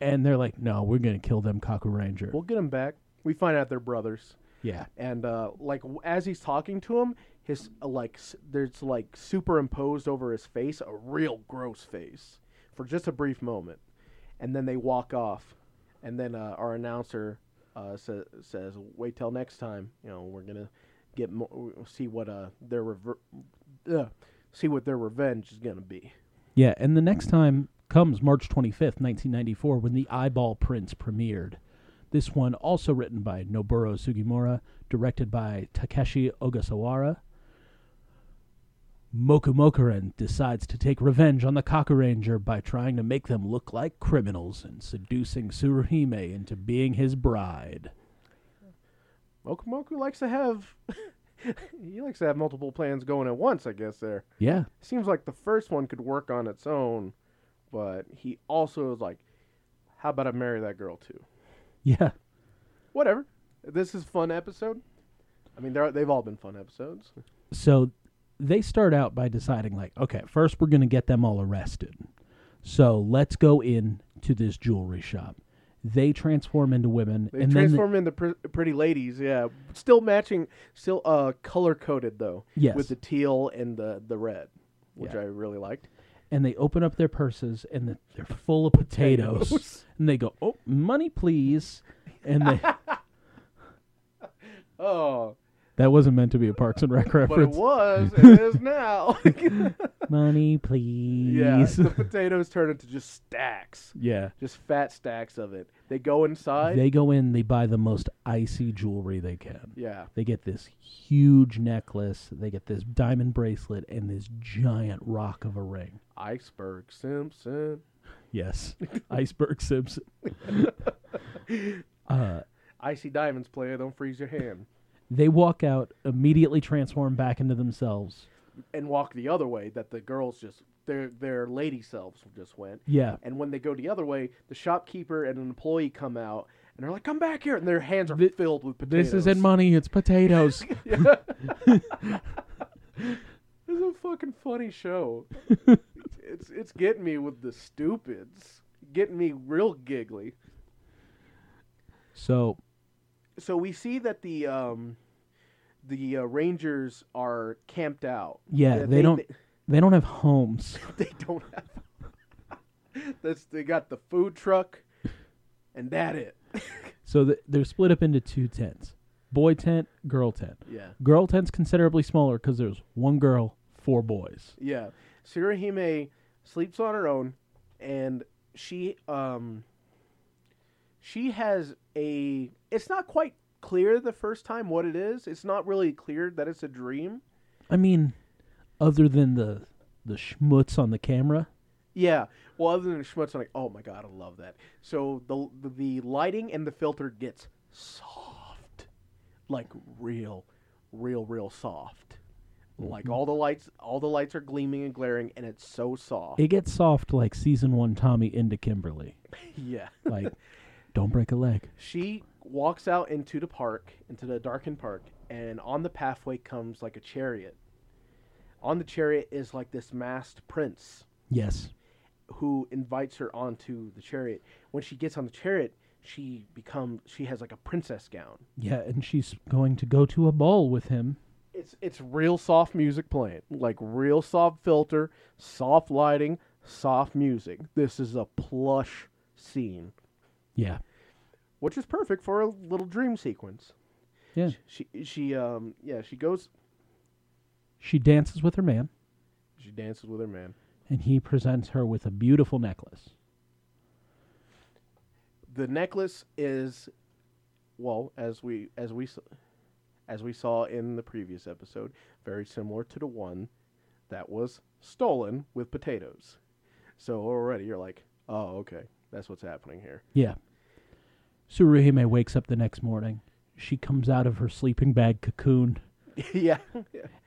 and they're like, "No, we're gonna kill them, Kaku Ranger." We'll get him back. We find out they're brothers. yeah, and uh, like w- as he's talking to him, his uh, like s- there's like superimposed over his face a real gross face for just a brief moment, and then they walk off, and then uh, our announcer uh, sa- says, "Wait till next time. You know, we're gonna get mo- w- see what uh their rever- uh, see what their revenge is gonna be." yeah. And the next time comes March twenty fifth, nineteen ninety four, when the Eyeball Prince premiered. This one also written by Noburo Sugimura, directed by Takeshi Ogasawara. Mokumokuren decides to take revenge on the Kakaranger by trying to make them look like criminals and seducing Tsuruhime into being his bride. Mokumoku likes to have he likes to have multiple plans going at once. I guess there. Yeah. seems like the first one could work on its own, but he also was like, "How about I marry that girl too?" Yeah. Whatever. This is fun episode. I mean, they're, they've all been fun episodes. So they start out by deciding, like, okay, first we're going to get them all arrested. So let's go in to this jewelry shop. They transform into women, They and then the- transform into pr- pretty ladies. Yeah, still matching, still uh color coded though. Yes. With the teal and the the red, which Yeah. I really liked. and they open up their purses, and the, they're full of potatoes. Potatoes. And they go, "Oh, money, please!" And they, Oh, that wasn't meant to be a Parks and Rec but it reference. was. it is now. money, please. yeah, the potatoes turn into just stacks, yeah. just fat stacks of it. They go inside. They go in, they buy the most icy jewelry they can. yeah. They get this huge necklace, they get this diamond bracelet, and this giant rock of a ring. Iceberg Simpson. Yes, Iceberg Simpson. uh, Icy diamonds, player. Don't freeze your hand. they walk out, immediately transform back into themselves. And walk the other way that the girls just their their lady selves just went. Yeah, And when they go the other way, the shopkeeper and an employee come out and they're like, "Come back here!" And their hands are Thi- filled with potatoes. this isn't money, it's potatoes. Yeah. this is a fucking funny show. it's it's getting me with the stupids, getting me real giggly. so, So we see that the um, the uh, rangers are camped out. yeah, That they, don't they don't have homes. they don't have. That's they got the food truck, and that it. So th- they're split up into two tents. boy tent, girl tent. Yeah. Girl tent's considerably smaller because there's one girl, four boys. Yeah. Surahime sleeps on her own and she um she has a it's not quite clear the first time what it is. It's not really clear that it's a dream. I mean, other than the the schmutz on the camera, Yeah. Well, other than schmutz, I'm like, oh my god, I love that. So the the lighting and the filter gets soft, like real, real, real soft. Like all the lights, all the lights are gleaming and glaring, and it's so soft. it gets soft like season one Tommy into Kimberly. yeah. Like, don't break a leg. She walks out into the park, into the darkened park, and on the pathway comes like a chariot. On the chariot is like this masked prince. Yes. who invites her onto the chariot. When she gets on the chariot, she becomes she has like a princess gown. Yeah, and she's going to go to a ball with him. It's it's real soft music playing, like real soft filter, soft lighting, soft music. This is a plush scene, Yeah. which is perfect for a little dream sequence. Yeah. She she um yeah, she goes She dances with her man, she dances with her man. and he presents her with a beautiful necklace. The necklace is well, as we as we s- as we saw in the previous episode, very similar to the one that was stolen with potatoes. So already you're like, oh, okay, that's what's happening here. Yeah. Tsuruhime wakes up the next morning. She comes out of her sleeping bag cocoon, yeah,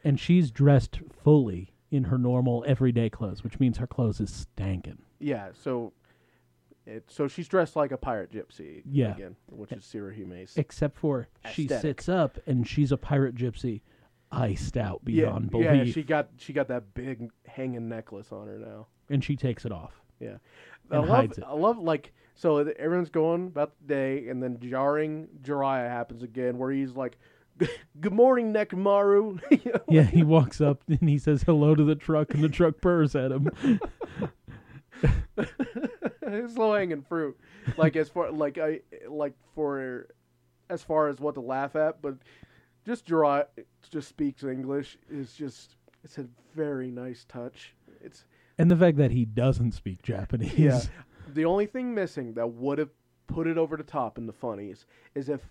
and she's dressed fully in her normal everyday clothes, which means her clothes is stankin'. yeah. So, it, so she's dressed like a pirate gypsy. Yeah. again, which is Sirahime's. Except for she Aesthetic. sits up and she's a pirate gypsy, iced out beyond yeah, belief, yeah. She got she got that big hanging necklace on her now. and she takes it off. Yeah. I And love, hides it. I love, like, so th- everyone's going about the day, and then jarring Jiraiya happens again, where he's like, Good morning, Nekomaru. You know? Yeah, he walks up and he says hello to the truck, and the truck purrs at him. it's low hanging fruit. Like, as far, like, I, like, for, as far as what to laugh at, but just Jiraiya just speaks English is just, it's a very nice touch. It's, And the fact that he doesn't speak Japanese. Yeah. the only thing missing that would have put it over the top in the funnies is if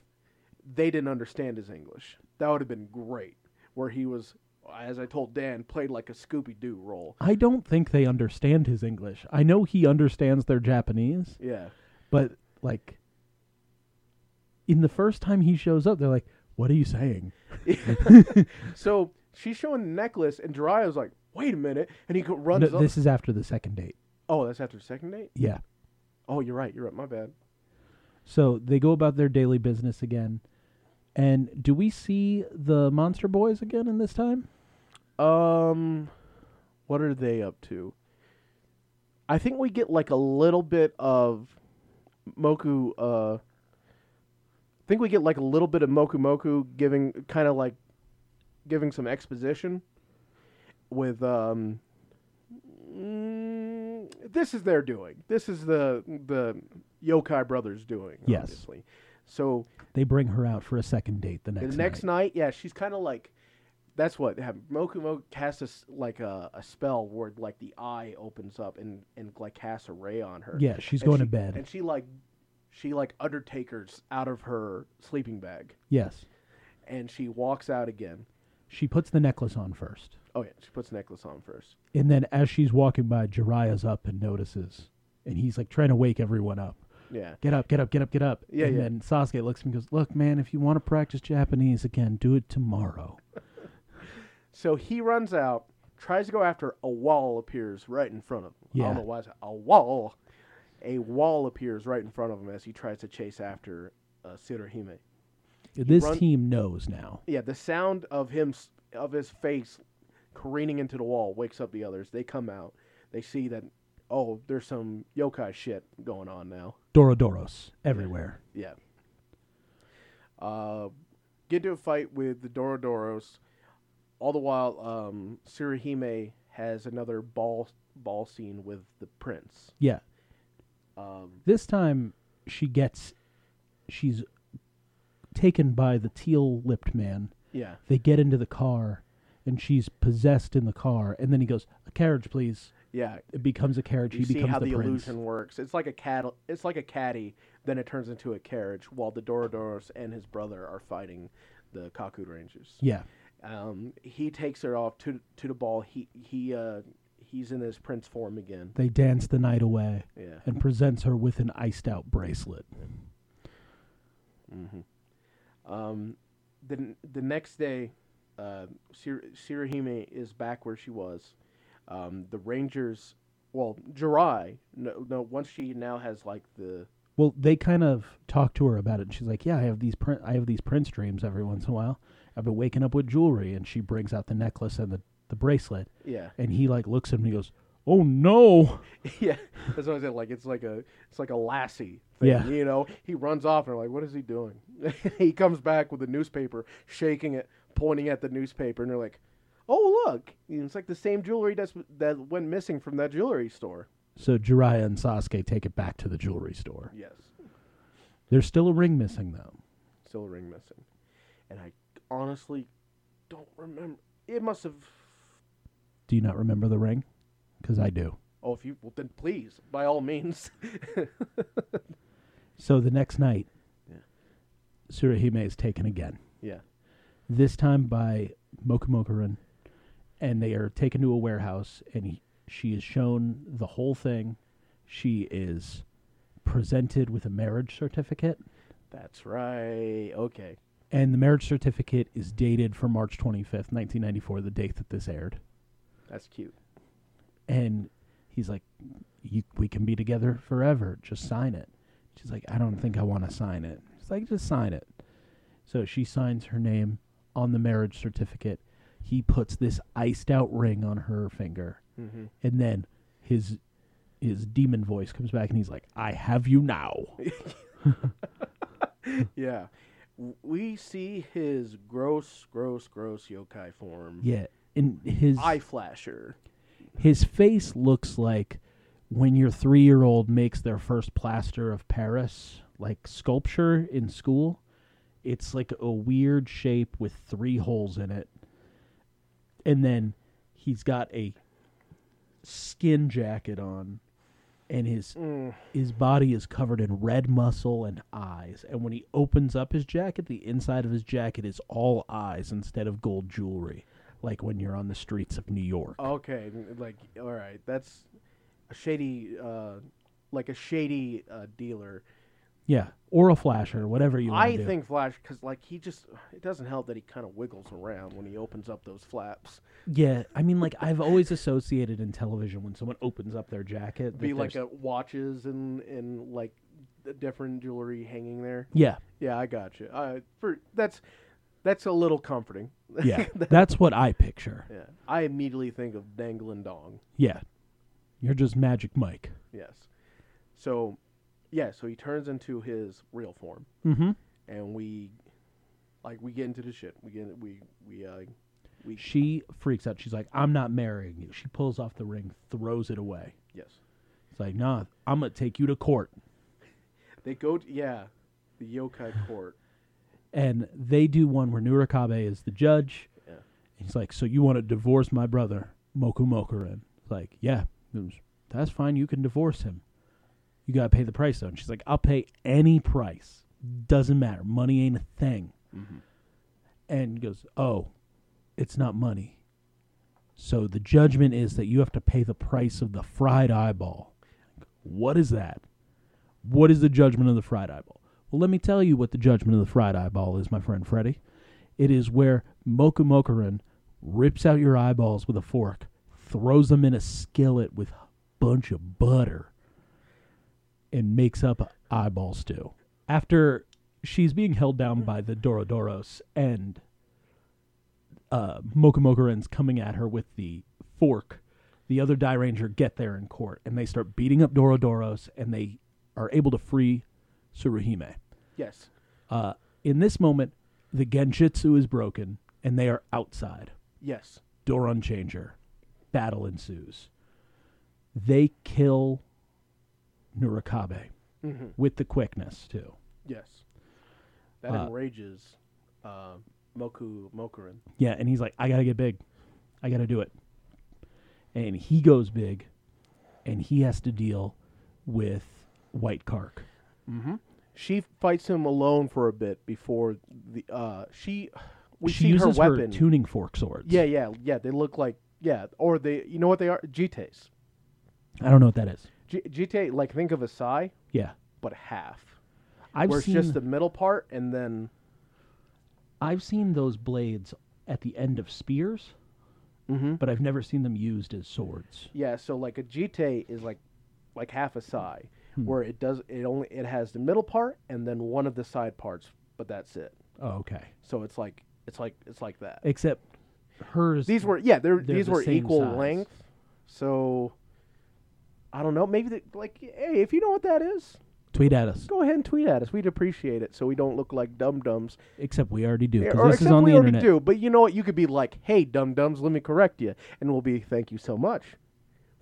they didn't understand his English. That would have been great. Where he was, as I told Dan, played like a Scooby Doo role. I don't think they understand his English. I know he understands their Japanese, Yeah. but like in the first time he shows up, they're like, What are you saying? So she's showing the necklace, and Jiraiya's like, wait a minute. And he go- runs No, up. this is after the second date. Oh, that's after the second date? Yeah. Oh, you're right. You're right. My bad. So they go about their daily business again. And do we see the monster boys again in this time? Um, what are they up to? I think we get like a little bit of Moku. Uh, I think we get like a little bit of Moku Moku giving kind of like giving some exposition with um. mm, This is their doing. This is the the yokai brothers doing. Yes. Obviously. So They bring her out for a second date the next, the next night. yeah, she's kind of like, that's what happened. Moku Moku casts a s like a, a spell where like the eye opens up and and like casts a ray on her. Yeah, she's And going she- to bed. and she like, she like Undertaker's out of her sleeping bag, yes. and she walks out again. She puts the necklace on first. Oh yeah, she puts a necklace on first. And then as she's walking by, Jiraiya's up and notices. And he's like trying to wake everyone up. Yeah, Get up, get up, get up, get up. Yeah, and yeah. then Sasuke looks at him and goes, Look, man, if you want to practice Japanese again, do it tomorrow. so he runs out, tries to go after her, a wall appears right in front of him. I Yeah. don't know why I said a wall. A wall appears right in front of him as he tries to chase after uh, Tsurahime. this run- team knows now. Yeah, the sound of him s- of his face careening into the wall wakes up the others. They come out. They see that oh, there's some yokai shit going on now. Dorodoros everywhere. Yeah. Uh, get into a fight with the Dorodoros. All the while, um, Surihime has another ball ball scene with the prince. Yeah. Um, This time she gets she's taken by the teal lipped man. Yeah. They get into the car, and she's possessed in the car. And then he goes, "A carriage, please." Yeah. It becomes a carriage. You he see becomes how the, the, prince. illusion works. It's like a cat. It's like a caddy. Then it turns into a carriage while the Dorodoros and his brother are fighting the Kakud Rangers. Yeah, Um, he takes her off to to the ball. He he uh, he's in his prince form again. they dance the night away, Yeah. and presents her with an iced out bracelet. Um, the n- the next day, uh, Sir- Sirihime is back where she was. Um, the Rangers, well, Jirai. No, no. Once she now has like the Well, they kind of talk to her about it, and she's like, "Yeah, I have these print, I have these prince dreams every once in a while. I've been waking up with jewelry." And she brings out the necklace and the, the bracelet, yeah and he like looks at him and he goes, "Oh no!" yeah. That's what I said. Like it's like a it's like a lassie. Thing, Yeah. You know, he runs off and I'm like, what is he doing? he comes back with a newspaper, shaking it, pointing at the newspaper, and they're like, oh look, And it's like the same jewelry that's that went missing from that jewelry store. So Jiraiya and Sasuke take it back to the jewelry store. Yes. There's still a ring missing though. Still a ring missing, and I honestly don't remember. It must have. Do you not remember the ring? Because I do. Oh, if you well, then please, by all means. So the next night, Yeah. Surahime is taken again. yeah. This time by Mokumokurin, and they are taken to a warehouse, and he, she is shown the whole thing. She is presented with a marriage certificate, That's right. Okay. and the marriage certificate is dated for March 25th, 1994, the date that this aired. That's cute. And he's like, you, "We can be together forever. Just sign it." She's like, "I don't think I want to sign it." She's like, "Just sign it." So she signs her name on the marriage certificate. He puts this iced out ring on her finger, Mhm. and then his his demon voice comes back, and he's like, "I have you now." Yeah. W- We see his gross, gross, gross yokai form. yeah, and his Eye flasher. his face looks like when your three year old makes their first plaster of Paris, like sculpture in school. It's like a weird shape with three holes in it. And then he's got a skin jacket on and his his body is covered in red muscle and eyes and when he opens up his jacket the inside of his jacket is all eyes instead of gold jewelry like when you're on the streets of New York. Okay, n- like all right, that's a shady, uh, like a shady uh, dealer. Yeah, or a flasher, whatever you want I to do. think Flash, because like he just, it doesn't help that he kind of wiggles around when he opens up those flaps. Yeah, I mean, like I've always associated in television when someone opens up their jacket, that Be like there's- a, watches and and like the different jewelry hanging there. yeah, Yeah, I got you. Uh, for that's that's a little comforting. yeah. That's what I picture. yeah, I immediately think of Dangling Dong. Yeah, you're just Magic Mike. Yes. So, yeah. So he turns into his real form, Mm-hmm. and we, like, we get into the shit. We get we we uh we She freaks out. She's like, "I'm not marrying you." She pulls off the ring, throws it away. yes. It's like, "Nah, I'm gonna take you to court." They go to, yeah, the yokai court. And they do one where Nurakabe is the judge. Yeah. He's like, "So you want to divorce my brother, Moku Mokurin?" It's like, "Yeah, He goes, that's fine. You can divorce him. You gotta pay the price though." And she's like, "I'll pay any price. Doesn't matter. Money ain't a thing." And he goes, "Oh, it's not money. So the judgment is that you have to pay the price of the fried eyeball. What is that? What is the judgment of the fried eyeball? Well, let me tell you what the judgment of the fried eyeball is, my friend Freddy. It is where Mokumokurin rips out your eyeballs with a fork, throws them in a skillet with a bunch of butter, and makes up a eyeball stew. After she's being held down by the Dorodoros and uh, Mokumokurin's coming at her with the fork, the other Die Ranger get there in court and they start beating up Dorodoros and they are able to free Tsuruhime. Yes. Uh, in this moment, the Genjutsu is broken and they are outside. Yes. Doron Changer. Battle ensues. They kill Nurakabe with the quickness, too. Yes. That Uh, enrages uh, Moku Mokurin. Yeah, and he's like, I gotta get big. I gotta do it. And he goes big and he has to deal with White Kark. She fights him alone for a bit before the uh, she. We she see her uses her, weapon. tuning fork swords. yeah, yeah, yeah. They look like yeah, or they. You know what they are? Jites. I don't know what that is. G- Jite, like think of a sai, Yeah. but half. I've where seen it's just the middle part, and then I've seen those blades at the end of spears, Mhm. but I've never seen them used as swords. yeah. So like a jite is like like half a sai, Hmm. where it does it only it has the middle part and then one of the side parts, but that's it. Oh, okay. So it's like it's like it's like that. Except hers These were yeah, they're, They're these the were same equal size. length. So I don't know. Maybe they, like hey, if you know what that is, tweet at us. go ahead and tweet at us. We'd appreciate it, so we don't look like dum dums. Except we already do. 'cause Or this except is on we the already internet. do. But you know what? You could be like, hey, dum dums, let me correct you, and we'll be thank you so much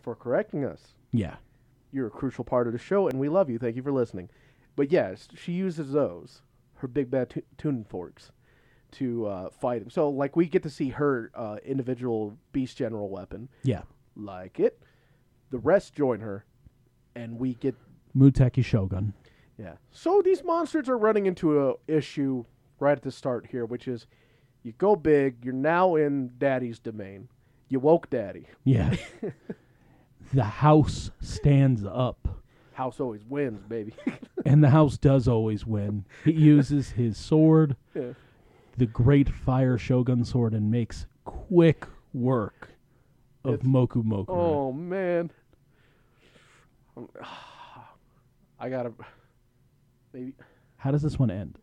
for correcting us. Yeah. You're a crucial part of the show, and we love you. Thank you for listening. But yes, she uses those, her big bad tu- tuning forks, to uh, fight him. So, like, we get to see her uh, individual beast general weapon, Yeah. like it. The rest join her, and we get Muteki Shogun. yeah. So these monsters are running into a issue right at the start here, which is you go big, you're now in daddy's domain. You woke daddy. Yeah. the house stands up, House always wins, baby. and the house does always win. He uses his sword, Yeah. the great fire shogun sword, and makes quick work of It's- Moku Moku. oh man. I gotta maybe How does this one end?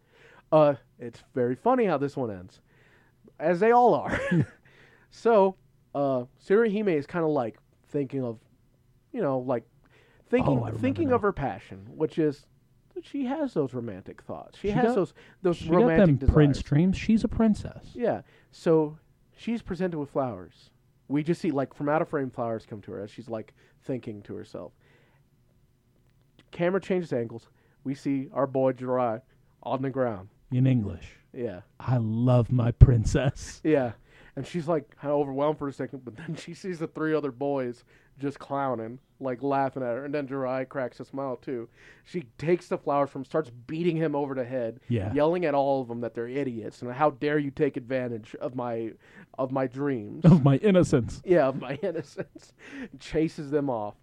Uh, it's very funny how this one ends, as they all are. so, uh, Sarahime is kind of like thinking of, you know, like thinking Oh, I remember thinking now. of her passion, which is that she has those romantic thoughts. She, She has got- those those She got them romantic desires. prince dreams. She's a princess. Yeah. So she's presented with flowers. We just see like from out of frame flowers come to her as she's like thinking to herself. Camera changes angles. We see our boy Jirai on the ground. In English, Yeah. I love my princess. Yeah. And she's like kind of overwhelmed for a second, but then she sees the three other boys just clowning, like laughing at her. And then Jirai cracks a smile too. She takes the flowers from, starts beating him over the head, Yeah. yelling at all of them that they're idiots and how dare you take advantage of my, of my dreams. Of my innocence. yeah, of my innocence. Chases them off.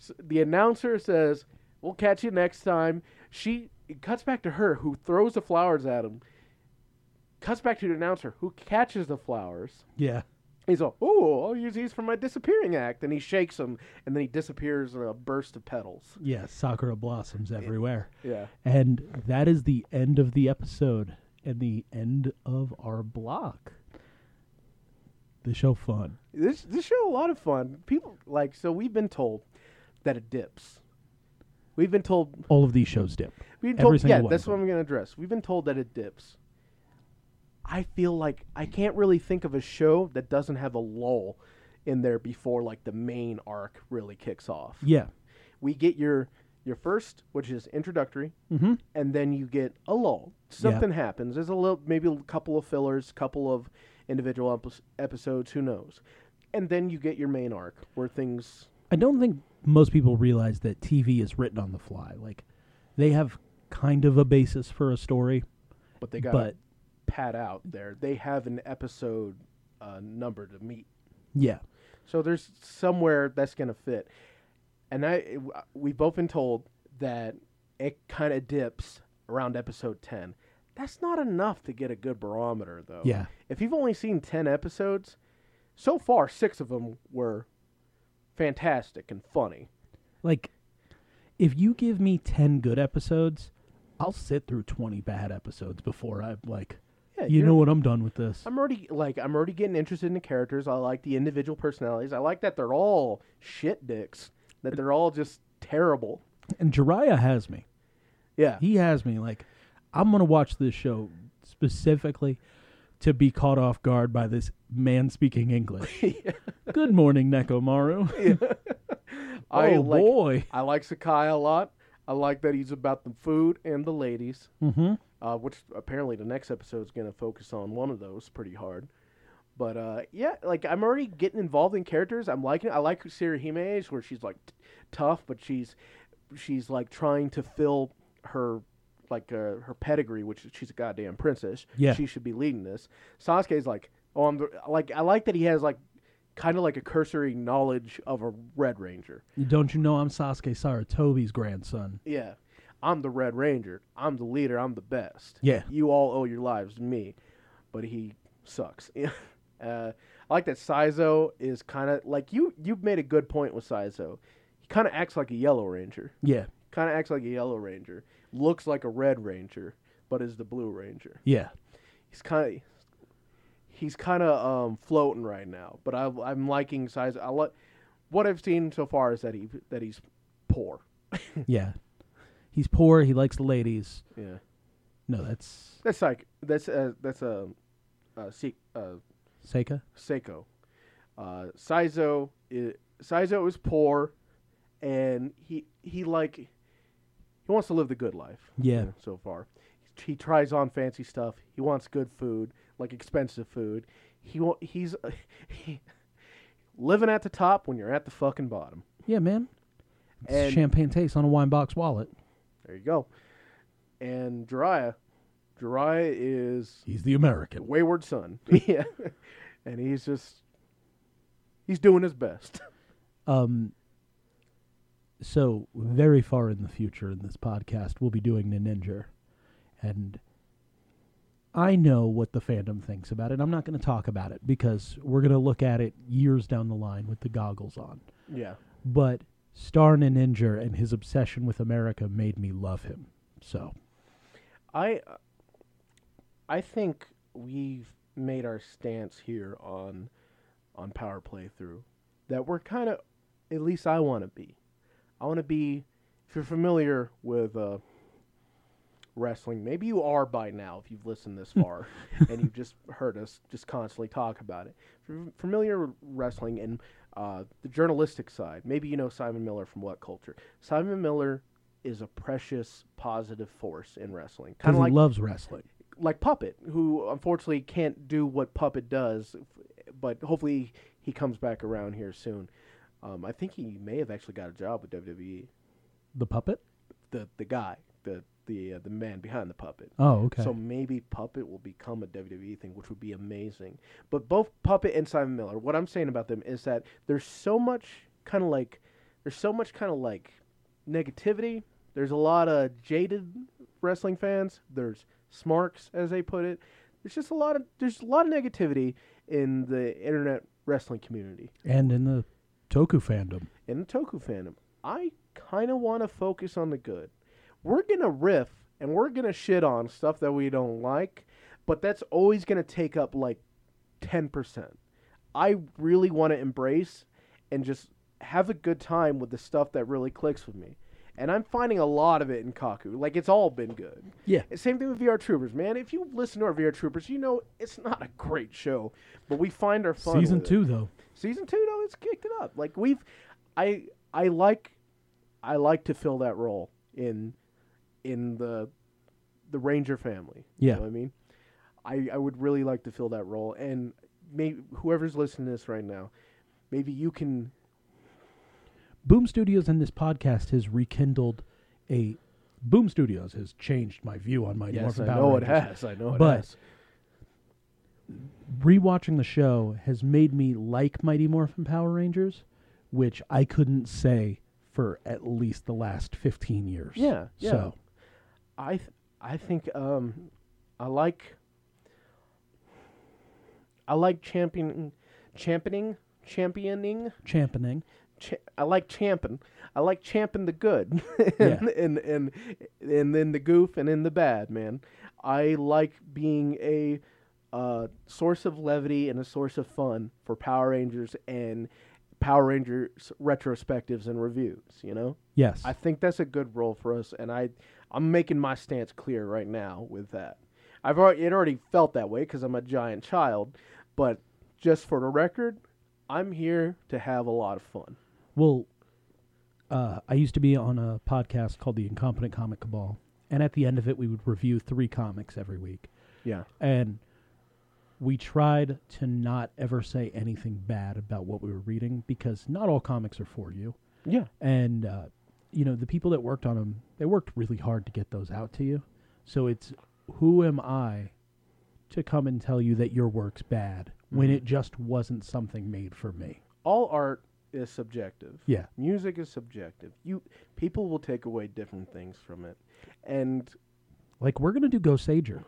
S the announcer says, "We'll catch you next time." She it cuts back to her, who throws the flowers at him. Cuts back to the announcer, who catches the flowers. Yeah. He's all, "Oh, I'll use these for my disappearing act," and he shakes them, and then he disappears in a burst of petals. Yeah. Sakura blossoms everywhere. Yeah, And that is the end of the episode and the end of our block. The show fun. this this show a lot of fun. People like so we've been told that it dips. We've been told All of these shows dip. We've been Every told, single yeah, one that's of what them. I'm going to address. We've been told that it dips. I feel like I can't really think of a show that doesn't have a lull in there before like the main arc really kicks off. Yeah. We get your your first, which is introductory, Mm-hmm. and then you get a lull. Something happens. There's a little, maybe a couple of fillers, couple of individual epi- episodes. Who knows? And then you get your main arc where things. I don't think most people realize that TV is written on the fly. Like, they have kind of a basis for a story, But they got but pat out there. They have an episode uh, number to meet. yeah. So there's somewhere that's going to fit. And I we've both been told that it kind of dips around episode 10. That's not enough to get a good barometer though. Yeah. If you've only seen 10 episodes, so far 6 of them were fantastic and funny. Like, if you give me 10 good episodes, I'll sit through 20 bad episodes before I'm like, Yeah, you you're- know what? I'm done with this. I'm already like I'm already getting interested in the characters. I like the individual personalities. I like that they're all shit dicks. That they're all just terrible. and Jiraiya has me. Yeah. he has me like i'm gonna watch this show specifically to be caught off guard by this man speaking english good morning nekomaru I oh like boy I like Sakai a lot. I like that he's about the food and the ladies. mm-hmm. uh, which apparently the next episode is going to focus on one of those pretty hard. But uh, yeah, like I'm already getting involved in characters. I'm liking. I like Sirihime's where she's like t- tough, but she's she's like trying to fill her like uh, her pedigree, which is she's a goddamn princess. Yeah. she should be leading this. Sasuke's like, oh, I'm the, like I like that he has like kind of like a cursory knowledge of a Red Ranger. Don't you know I'm Sasuke Saratobi's grandson? Yeah. I'm the Red Ranger. I'm the leader. I'm the best. Yeah. You all owe your lives to me. But he sucks. uh, I like that Saizo is kind of like you you made a good point with Saizo. He kind of acts like a Yellow Ranger. Yeah, Kind of acts like a Yellow Ranger. Looks like a Red Ranger, but is the Blue Ranger. yeah, He's kind of he's kind of um, floating right now, but I I'm liking Saizo. I like what I've seen so far is that he that he's poor. yeah. He's poor. He likes the ladies. Yeah. No, that's That's like that's uh, that's a uh, uh, Se- uh, Seika. Seiko. Uh, Saizo is Saizo is poor, and he he like he wants to live the good life. you Yeah. know, so far, he tries on fancy stuff. He wants good food, like expensive food. He wa- he's he, living at the top when you're at the fucking bottom. Yeah, man. It's And- champagne taste on a wine box wallet. There you go. And Jiraiya, Jiraiya is He's the American. wayward son. yeah, and he's just he's doing his best. Um. So very far in the future in this podcast, we'll be doing Ninja, and I know what the fandom thinks about it. I'm not going to talk about it because we're going to look at it years down the line with the goggles on. Yeah, But Star Ninja and his obsession with America made me love him. So I I think we've made our stance here on on power playthrough that we're kind of at least I want to be. I want to be. If you're familiar with uh, wrestling, maybe you are by now. If you've listened this far and you've just heard us just constantly talk about it, if you're familiar with wrestling and uh, the journalistic side, maybe you know Simon Miller from What Culture. Simon Miller is a precious positive force in wrestling, because kind of he like loves wrestling. like Puppet, who unfortunately can't do what Puppet does, but hopefully he comes back around here soon. Um, I think he may have actually got a job with WWE. The puppet. The the guy, the the uh, the man behind the puppet. Oh, okay. So maybe Puppet will become a WWE thing, which would be amazing. But both Puppet and Simon Miller, what I'm saying about them is that there's so much kind of like there's so much kind of like negativity. There's a lot of jaded wrestling fans. There's smarks, as they put it. There's just a lot of there's a lot of negativity in the internet wrestling community and in the Toku fandom. in the Toku fandom. I kind of want to focus on the good. We're going to riff and we're going to shit on stuff that we don't like, but that's always going to take up like 10%. I really want to embrace and just have a good time with the stuff that really clicks with me. And I'm finding a lot of it in Kaku. Like, it's all been good. Yeah. Same thing with VR Troopers, man. If you listen to our VR Troopers, you know it's not a great show, but we find our fun. Season with it two, though. season two though it's kicked it up like we've i i like i like to fill that role in in the the ranger family Yeah. you know what i mean i i would really like to fill that role and maybe whoever's listening to this right now maybe you can Boom Studios and this podcast has rekindled a. Boom Studios has changed my view on my Dwarf i Power know it Rangers. has i know it But- has Rewatching the show has made me like Mighty Morphin Power Rangers, which I couldn't say for at least the last 15 years. Yeah, yeah. So, I th- I think um, I like I like championing championing championing championing. cha- I like champing. I like champing the good, Yeah. and, and and and then the goof and in the bad, man. I like being a uh, source of levity and a source of fun for Power Rangers and Power Rangers retrospectives and reviews. You know, Yes. I think that's a good role for us, and I I'm making my stance clear right now with that. I've already it already felt that way because I'm a giant child, but just for the record, I'm here to have a lot of fun. Well, uh, I used to be on a podcast called The Incompetent Comic Cabal, and at the end of it, we would review three comics every week. Yeah. And we tried to not ever say anything bad about what we were reading because not all comics are for you. Yeah. And, uh, you know, the people that worked on them, they worked really hard to get those out to you. So it's who am I to come and tell you that your work's bad when it just wasn't something made for me? All art is subjective. Yeah. Music is subjective. You people will take away different things from it. And Like we're gonna do Ghost Sager,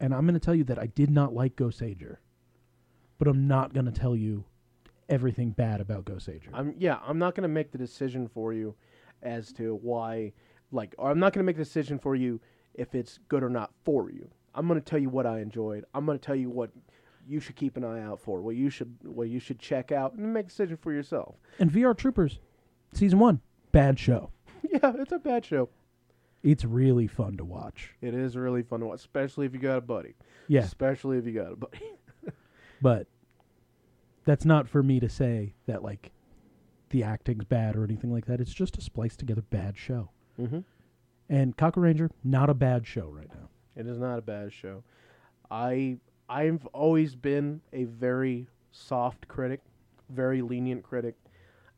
and I'm gonna tell you that I did not like Ghost Sager, but I'm not gonna tell you everything bad about Ghost Sager. I'm yeah, I'm not gonna make the decision for you as to why like or I'm not gonna make the decision for you if it's good or not for you. I'm gonna tell you what I enjoyed. I'm gonna tell you what you should keep an eye out for, what you should what you should check out and make a decision for yourself. And VR Troopers, season one, bad show. yeah, it's a bad show. It's really fun to watch. It is really fun to watch, especially if you got a buddy. Yeah, Especially if you got a buddy. but that's not for me to say that like the acting's bad or anything like that. It's just a spliced together bad show. Mm-hmm. And Cocker Ranger, not a bad show right now. It is not a bad show. I I've always been a very soft critic, very lenient critic.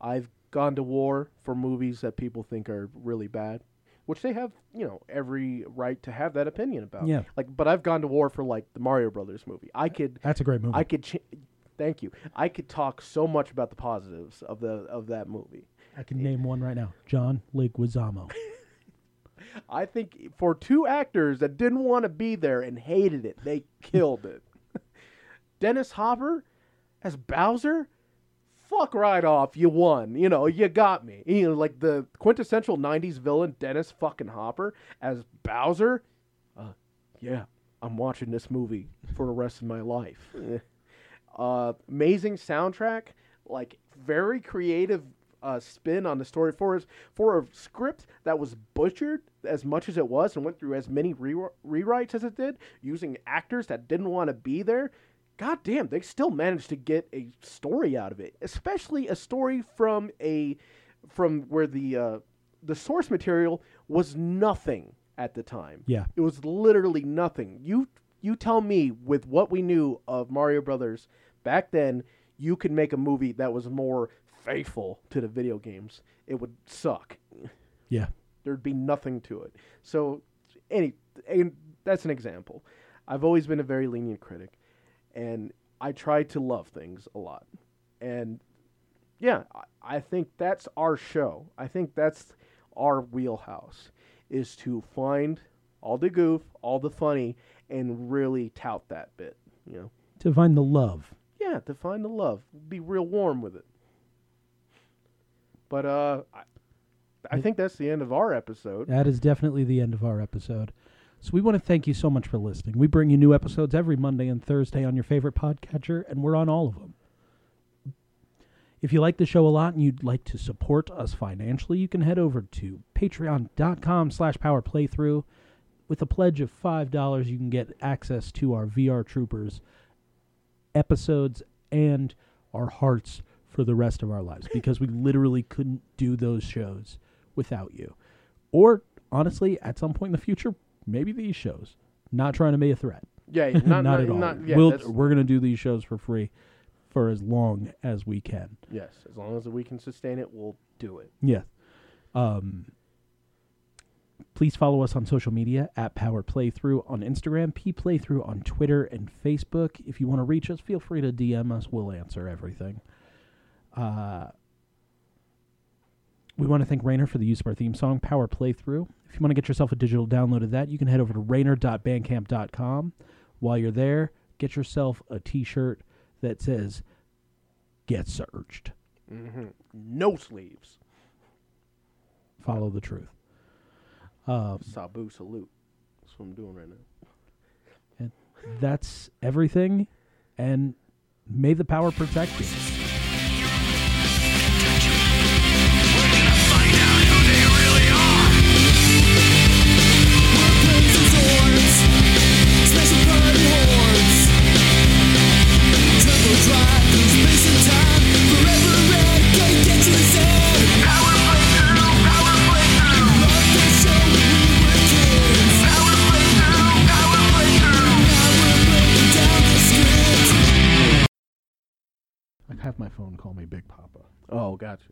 I've gone to war for movies that people think are really bad, which they have, you know, every right to have that opinion about. Yeah. Like, but I've gone to war for like the Mario Brothers movie. I could That's a great movie. I could. Ch- thank you. I could talk so much about the positives of the of that movie. I can name one right now. John Leguizamo. I think for two actors that didn't want to be there and hated it, they killed it. Dennis Hopper as Bowser, fuck right off. You won. You know, you got me. You know, like the quintessential '90s villain, Dennis fucking Hopper as Bowser. Uh, yeah, I'm watching this movie for the rest of my life. uh, amazing soundtrack, like very creative uh, spin on the story for us for a script that was butchered as much as it was and went through as many re- rewrites as it did using actors that didn't want to be there. God damn, they still managed to get a story out of it, especially a story from a from where the uh, the source material was nothing at the time. Yeah. It was literally nothing. You you tell me with what we knew of Mario Brothers back then, you could make a movie that was more faithful to the video games. It would suck. Yeah. There'd be nothing to it. So any and that's an example. I've always been a very lenient critic and I try to love things a lot. And yeah, I- I think that's our show. I think that's our wheelhouse is to find all the goof, all the funny, and really tout that bit. You know, To find the love. yeah, to find the love, be real warm with it. But uh, I, I think that's the end of our episode. That is definitely the end of our episode. So we want to thank you so much for listening. We bring you new episodes every Monday and Thursday on your favorite podcatcher, and we're on all of them. If you like the show a lot and you'd like to support us financially, you can head over to patreon.com slash power playthrough. With a pledge of $5, you can get access to our VR Troopers episodes and our hearts for the rest of our lives because we literally couldn't do those shows without you. Or honestly, at some point in the future, maybe these shows. Not trying to be a threat. Yeah, not Not, not, at all. not- yeah, we'll, that's- we're going to do these shows for free for as long as we can. yes, as long as we can sustain it, we'll do it. Yeah. Um, please follow us on social media at Power Playthrough on Instagram, P Playthrough on Twitter and Facebook. If you want to reach us, feel free to DM us. We'll answer everything. Uh, we want to thank Rainer for the use of our theme song, Power Playthrough. If you want to get yourself a digital download of that, you can head over to rainer.bandcamp.com. While you're there, get yourself a t shirt that says, Get Searched. No sleeves. Follow the truth. Uh, Sabu salute. That's what I'm doing right now. And that's everything. And may the power protect you. Power play through, power play through. Love that show we were kids. Call me Big Papa. Oh, gotcha.